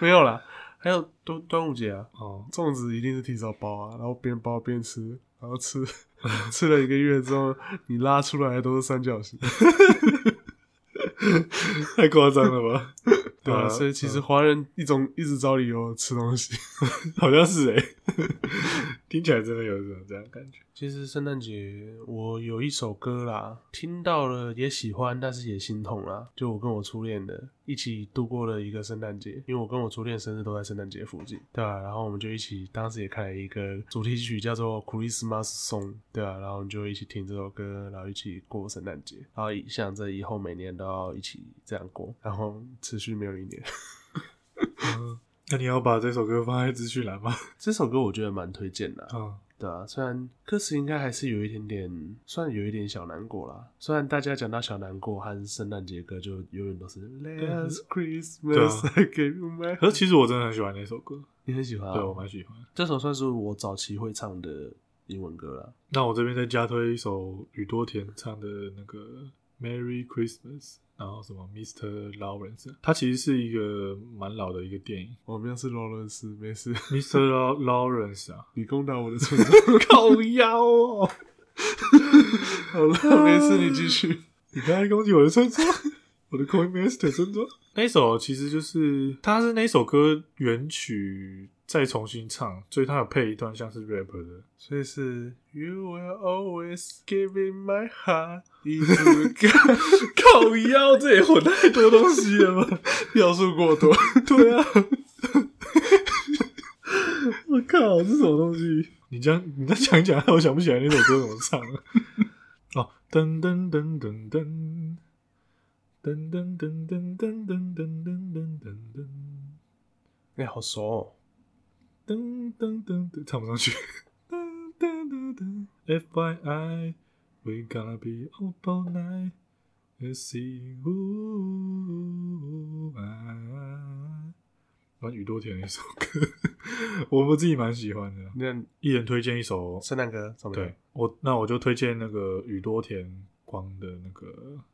[SPEAKER 1] 没有啦，还有端端午节啊，
[SPEAKER 2] 哦，
[SPEAKER 1] 粽子一定是提早包啊，然后边包边吃，然后吃 吃了一个月之后，你拉出来的都是三角形，
[SPEAKER 2] 太夸张了吧？
[SPEAKER 1] 对
[SPEAKER 2] 好
[SPEAKER 1] 啊，
[SPEAKER 2] 啦
[SPEAKER 1] 所以其实
[SPEAKER 2] 嗯
[SPEAKER 1] 华人一种一直找理由吃东西。
[SPEAKER 2] 好像是哎、 听起来真的有一种这样的感觉。
[SPEAKER 1] 其实圣诞节我有一首歌啦，听到了也喜欢，但是也心痛啦。就我跟我初恋的一起度过了一个圣诞节，因为我跟我初恋生日都在圣诞节附近，对啊，然后我们就一起，当时也开了一个主题曲叫做《Christmas Song》，对啊，然后我们就一起听这首歌，然后一起过圣诞节，然后想着以后每年都要一起这样过，然后持续没有一年。
[SPEAKER 2] 嗯那你要把这首歌放在资讯栏吗？
[SPEAKER 1] 这首歌我觉得蛮推荐的啊、
[SPEAKER 2] 啊，
[SPEAKER 1] 对啊，虽然歌词应该还是有一点点，算有一点小难过啦。虽然大家讲到小难过和圣诞节歌，就永远都是 Last Christmas、I gave you my，
[SPEAKER 2] 啊可是其实我真的很喜欢那首歌，
[SPEAKER 1] 你很喜欢、啊？
[SPEAKER 2] 对我蛮喜欢。
[SPEAKER 1] 这首算是我早期会唱的英文歌啦。
[SPEAKER 2] 那我这边再加推一首宇多田唱的那个《Merry Christmas》，然后什么《Mr. Lawrence》，它其实是一个蛮老的一个电影，
[SPEAKER 1] 我们要是劳伦斯，没事，
[SPEAKER 2] 《Mr. Law- Lawrence》啊，
[SPEAKER 1] 你攻打我的村子。
[SPEAKER 2] 靠腰哦，
[SPEAKER 1] 好了，没事，你继续。
[SPEAKER 2] 你刚才攻击我的村庄，我的 Coin Master 村庄。那首其实就是，它是那首歌原曲再重新唱，所以它有配一段像是 rap 的
[SPEAKER 1] 所以是 You will always give me my heart，一直干
[SPEAKER 2] 靠腰，这也混太多东西了 吧？
[SPEAKER 1] 描述过多。
[SPEAKER 2] 对啊， 我靠，这什么东西？ 你讲，你再讲一讲， 我想不起来那首歌怎么唱了。 哦，噔噔噔噔噔噔噔噔噔噔噔噔噔噔噔噔。
[SPEAKER 1] 哎、好熟、哦。
[SPEAKER 2] 噔噔噔噔，唱不上去。 噔噔噔噔，FYI。We gonna be up all night and see who I。玩宇多田的一首歌， 我们自己蛮喜欢的。
[SPEAKER 1] 那
[SPEAKER 2] 一人推荐一首，
[SPEAKER 1] 圣诞歌怎么样
[SPEAKER 2] 对？我那我就推荐那个宇多田光的那个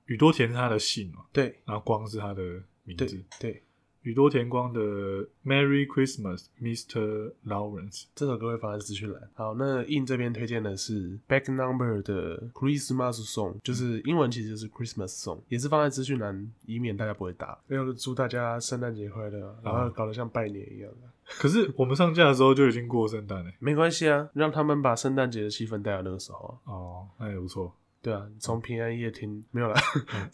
[SPEAKER 2] 宇多田是他的姓嘛，
[SPEAKER 1] 对
[SPEAKER 2] 然后光是他的名
[SPEAKER 1] 对
[SPEAKER 2] 字。
[SPEAKER 1] 对，
[SPEAKER 2] 宇多田光的《Merry Christmas, Mr. Lawrence》。
[SPEAKER 1] 这首歌会放在资讯栏。好，那 In 这边推荐的是 Back Number 的 Christmas Song，就是英文其实就是 Christmas Song，也是放在资讯栏，以免大家不会打。要祝大家圣诞节快乐，啊然后搞得像拜年一样的。
[SPEAKER 2] 可是我们上架的时候就已经过圣诞了。欸
[SPEAKER 1] 没关系啊，让他们把圣诞节的气氛带到那个时候啊。
[SPEAKER 2] 哦，那也不错，
[SPEAKER 1] 对啊，从平安夜听没有啦。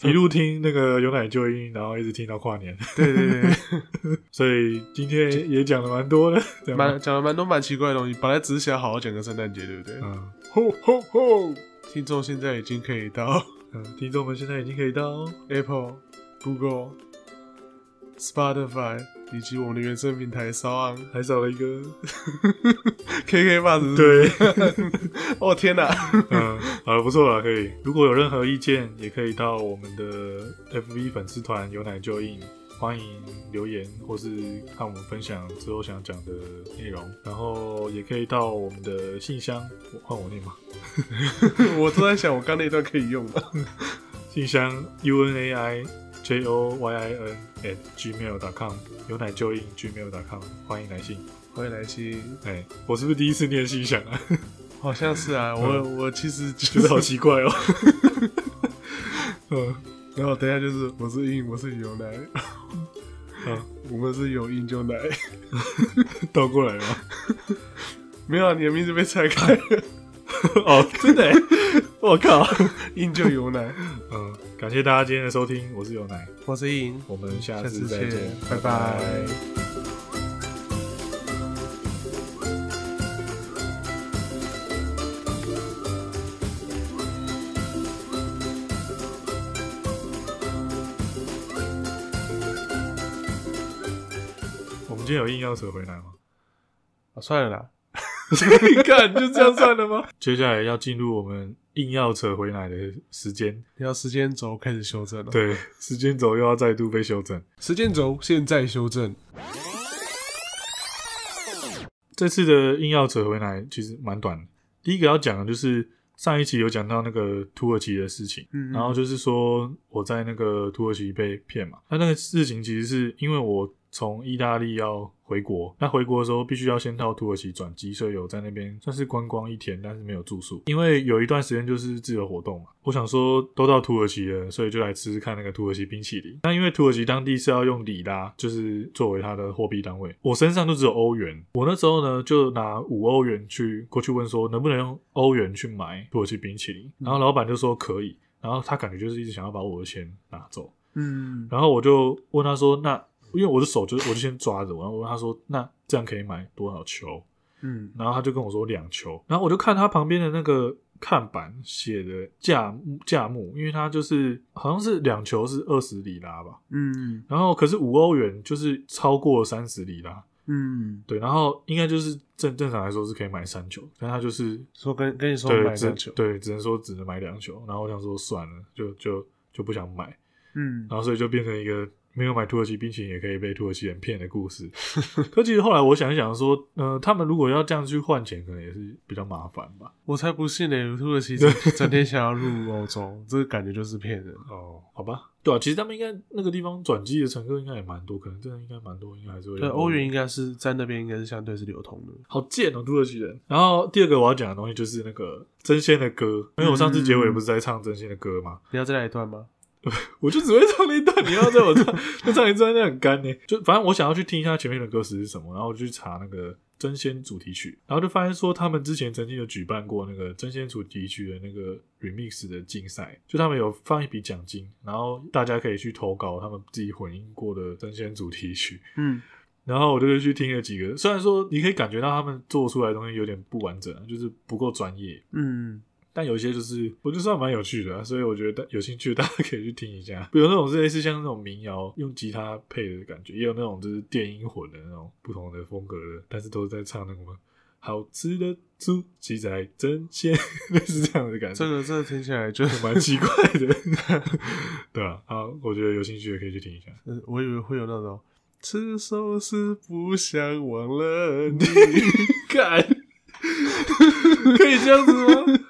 [SPEAKER 2] 一路听那个有奶就音，然后一直听到跨年，
[SPEAKER 1] 对对对
[SPEAKER 2] 所以今天也讲的蛮多的，
[SPEAKER 1] 对，啊
[SPEAKER 2] 讲
[SPEAKER 1] 蛮讲了蛮多蛮奇怪的东西，本来只是想好好讲个圣诞节，对不对？
[SPEAKER 2] 嗯，吼吼吼，
[SPEAKER 1] 听众现在已经可以到
[SPEAKER 2] 嗯，听众们现在已经可以到
[SPEAKER 1] Apple、Google、Spotify 以及我们的原生平台 s o n
[SPEAKER 2] 还少了一个，
[SPEAKER 1] KK 吧，是不是？
[SPEAKER 2] 对，
[SPEAKER 1] 哦天哪，
[SPEAKER 2] 嗯，好了，不错了，可以。如果有任何意见，也可以到我们的 FB 粉丝团有奶就应。欢迎留言，或是看我们分享之后想讲的内容，然后也可以到我们的信箱，我换我念吗？
[SPEAKER 1] 我都在想，我刚那一段可以用吗？
[SPEAKER 2] 信箱 u n a i j o y i n at gmail com 有奶就应 gmail com 欢迎来信。
[SPEAKER 1] 欢迎来信，
[SPEAKER 2] 哎、我是不是第一次念信箱啊？
[SPEAKER 1] 好像是啊，我我其 实
[SPEAKER 2] 觉
[SPEAKER 1] 就
[SPEAKER 2] 得好
[SPEAKER 1] 是，
[SPEAKER 2] 奇怪哦。 嗯
[SPEAKER 1] 然后等一下就是我是硬，我是牛奶，
[SPEAKER 2] 嗯，
[SPEAKER 1] 我们是有硬就奶，
[SPEAKER 2] 倒过来吗？
[SPEAKER 1] 没有啊，你的名字被拆开，
[SPEAKER 2] 哦，真的、
[SPEAKER 1] 欸
[SPEAKER 2] 我靠。
[SPEAKER 1] 硬就有奶，
[SPEAKER 2] 嗯，感谢大家今天的收听，我是有奶，
[SPEAKER 1] 我是硬，
[SPEAKER 2] 我们下
[SPEAKER 1] 下次
[SPEAKER 2] 次再
[SPEAKER 1] 见
[SPEAKER 2] 见，
[SPEAKER 1] 拜拜
[SPEAKER 2] 今天有硬要扯回来吗？
[SPEAKER 1] 啊算了 啦，
[SPEAKER 2] 看就这样算了吗？ 接下来要进入我们硬要扯回来的时间，
[SPEAKER 1] 你要时间轴开始修正了。，
[SPEAKER 2] 对，时间轴又要再度被修正。
[SPEAKER 1] 时间轴现在修正。
[SPEAKER 2] 这次的硬要扯回来其实蛮短的。第一个要讲的就是上一期有讲到那个土耳其的事情，
[SPEAKER 1] 嗯，
[SPEAKER 2] 然后就是说我在那个土耳其被骗嘛。那那个事情其实是因为我从意大利要回国，那回国的时候必须要先到土耳其转机，所以有在那边算是观光一天，但是没有住宿，因为有一段时间就是自由活动嘛。我想说都到土耳其了，所以就来吃吃看那个土耳其冰淇淋。那因为土耳其当地是要用里拉，就是作为它的货币单位，我身上就只有欧元。我那时候呢就拿五欧元去过去问说能不能用欧元去买土耳其冰淇淋，然后老板就说可以。然后他感觉就是一直想要把我的钱拿走，
[SPEAKER 1] 嗯，
[SPEAKER 2] 然后我就问他说：“那因为我的手就我就先抓着，然后我问他说：那这样可以买多少球？”
[SPEAKER 1] 嗯，
[SPEAKER 2] 然后他就跟我说两球，然后我就看他旁边的那个看板写的价目价目，因为他就是好像是两球是二十里拉吧，
[SPEAKER 1] 嗯，
[SPEAKER 2] 然后可是五欧元就是超过三十里拉，
[SPEAKER 1] 嗯，
[SPEAKER 2] 对，然后应该就是正正常来说是可以买三球，但他就是
[SPEAKER 1] 说跟跟你说买
[SPEAKER 2] 对，只
[SPEAKER 1] 篮球，
[SPEAKER 2] 对，只能说只能买两球。然后我想说算了，就就就不想买，
[SPEAKER 1] 嗯
[SPEAKER 2] 然，后所以就变成一个没有买土耳其冰淇淋也可以被土耳其人骗的故事。可其实后来我想一想说，呃，他们如果要这样去换钱，可能也是比较麻烦吧。
[SPEAKER 1] 我才不信呢，土耳其整 整天想要入欧洲，这个感觉就是骗人。
[SPEAKER 2] 哦，好吧，对啊，其实他们应该那个地方转机的乘客应该也蛮多，可能真的应该蛮多，应该还是会
[SPEAKER 1] 对，欧元应该是在那边应该是相对是流通的。
[SPEAKER 2] 好贱哦，土耳其人。然后第二个我要讲的东西就是那个真仙的歌，因为我上次结尾不是在唱真仙的歌吗？
[SPEAKER 1] 你要再来一段吗？
[SPEAKER 2] 我就只会唱那一段，你要在我唱， 就唱一段那很干呢、就反正我想要去听一下前面的歌词是什么，然后我就去查那个真仙主题曲，然后就发现说他们之前曾经有举办过那个真仙主题曲的那个 remix 的竞赛，就他们有放一笔奖金，然后大家可以去投稿他们自己混音过的真仙主题曲。
[SPEAKER 1] 嗯
[SPEAKER 2] 然后我就去听了几个，虽然说你可以感觉到他们做出来的东西有点不完整，就是不够专业，
[SPEAKER 1] 嗯，
[SPEAKER 2] 但有一些就是我就算蛮有趣的啊、所以我觉得有兴趣的大家可以去听一下。比如那种是类似像那种民谣用吉他配的感觉，也有那种就是电音混的那种不同的风格的，但是都是在唱那个什么好吃的猪鸡仔真鲜， 类似这样的感觉，
[SPEAKER 1] 这个这个听起来就
[SPEAKER 2] 蛮奇怪的。 对啊，好，我觉得有兴趣的可以去听一下。
[SPEAKER 1] 呃我以为会有那种吃寿司不想忘了你，
[SPEAKER 2] 干，可以这样子吗？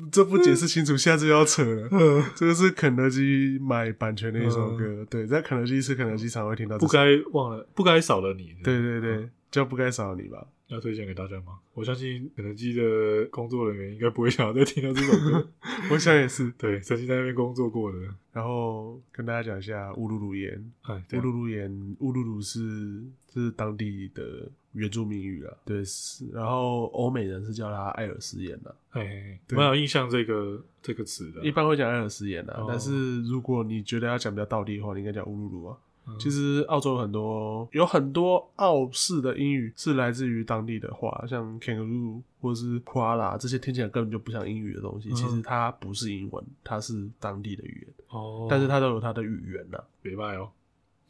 [SPEAKER 1] 这不解释清楚，下次又要扯了。
[SPEAKER 2] 嗯
[SPEAKER 1] 这个是肯德基买版权的一首歌，对，在肯德基吃肯德基常会听到这
[SPEAKER 2] 不
[SPEAKER 1] 首。
[SPEAKER 2] 该忘了，不该少了你。
[SPEAKER 1] 对对对，叫不该少你吧。
[SPEAKER 2] 要推荐给大家吗？我相信肯德基的工作人员应该不会想要再听到这首歌。
[SPEAKER 1] 我想也是。
[SPEAKER 2] 对，曾经在那边工作过的，
[SPEAKER 1] 然后跟大家讲一下乌鲁鲁盐，
[SPEAKER 2] 哎，
[SPEAKER 1] 乌
[SPEAKER 2] 对啊
[SPEAKER 1] 鲁鲁盐，乌鲁鲁是这是当地的原住民语啦，对，是。然后欧美人是叫它艾尔斯盐啦，
[SPEAKER 2] 哎哎，哎
[SPEAKER 1] 对
[SPEAKER 2] 蛮有印象这个这个词的。啊
[SPEAKER 1] 一般会讲艾尔斯盐啦。
[SPEAKER 2] 哦
[SPEAKER 1] 但是如果你觉得要讲比较道地的话，你应该讲乌鲁鲁啊。
[SPEAKER 2] 嗯
[SPEAKER 1] 其实澳洲有很多有很多澳式的英语是来自于当地的话，像 kangaroo 或是 koala 这些听起来根本就不像英语的东西，
[SPEAKER 2] 嗯
[SPEAKER 1] 其实它不是英文，它是当地的语言，
[SPEAKER 2] 哦，
[SPEAKER 1] 但是它都有它的语言啦。
[SPEAKER 2] 别拜哦。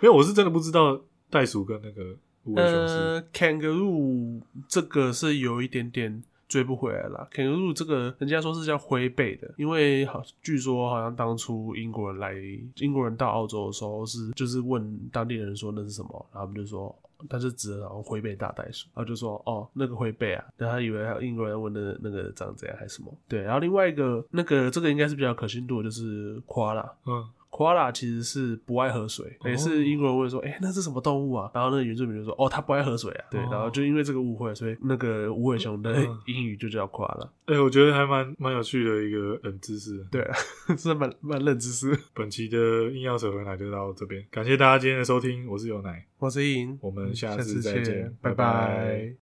[SPEAKER 2] 没有，我是真的不知道袋鼠跟那个无尾熊是
[SPEAKER 1] 呃，kangaroo 这个是有一点点追不回来啦。kangaroo 这个人家说是叫灰背的，因为好，据说好像当初英国人来，英国人到澳洲的时候是就是问当地人说那是什么，然后他们就说。他就指然后灰背大袋鼠，然后就说哦那个灰背啊， 然后他以为他英国人问的那个长怎样还是什么，对，然后另外一个那个这个应该是比较可信度的就是夸啦，
[SPEAKER 2] 嗯
[SPEAKER 1] koala 其实是不爱喝水，
[SPEAKER 2] 哦
[SPEAKER 1] 也、是英国人问说，哎、那是什么动物啊？然后那个原住民就说，哦，它不爱喝水啊。对
[SPEAKER 2] 哦，
[SPEAKER 1] 然后就因为这个误会，所以那个无尾熊的
[SPEAKER 2] 嗯
[SPEAKER 1] 英语就叫 koala。
[SPEAKER 2] 哎、我觉得还蛮蛮有趣的一个冷知识。
[SPEAKER 1] 对啊， 是蛮蛮冷知识。
[SPEAKER 2] 本期的硬要扯回来就到这边，感谢大家今天的收听，我是有奶，
[SPEAKER 1] 我是莹，
[SPEAKER 2] 我们下
[SPEAKER 1] 嗯下
[SPEAKER 2] 次再
[SPEAKER 1] 见
[SPEAKER 2] 见，
[SPEAKER 1] 拜
[SPEAKER 2] 拜拜
[SPEAKER 1] 拜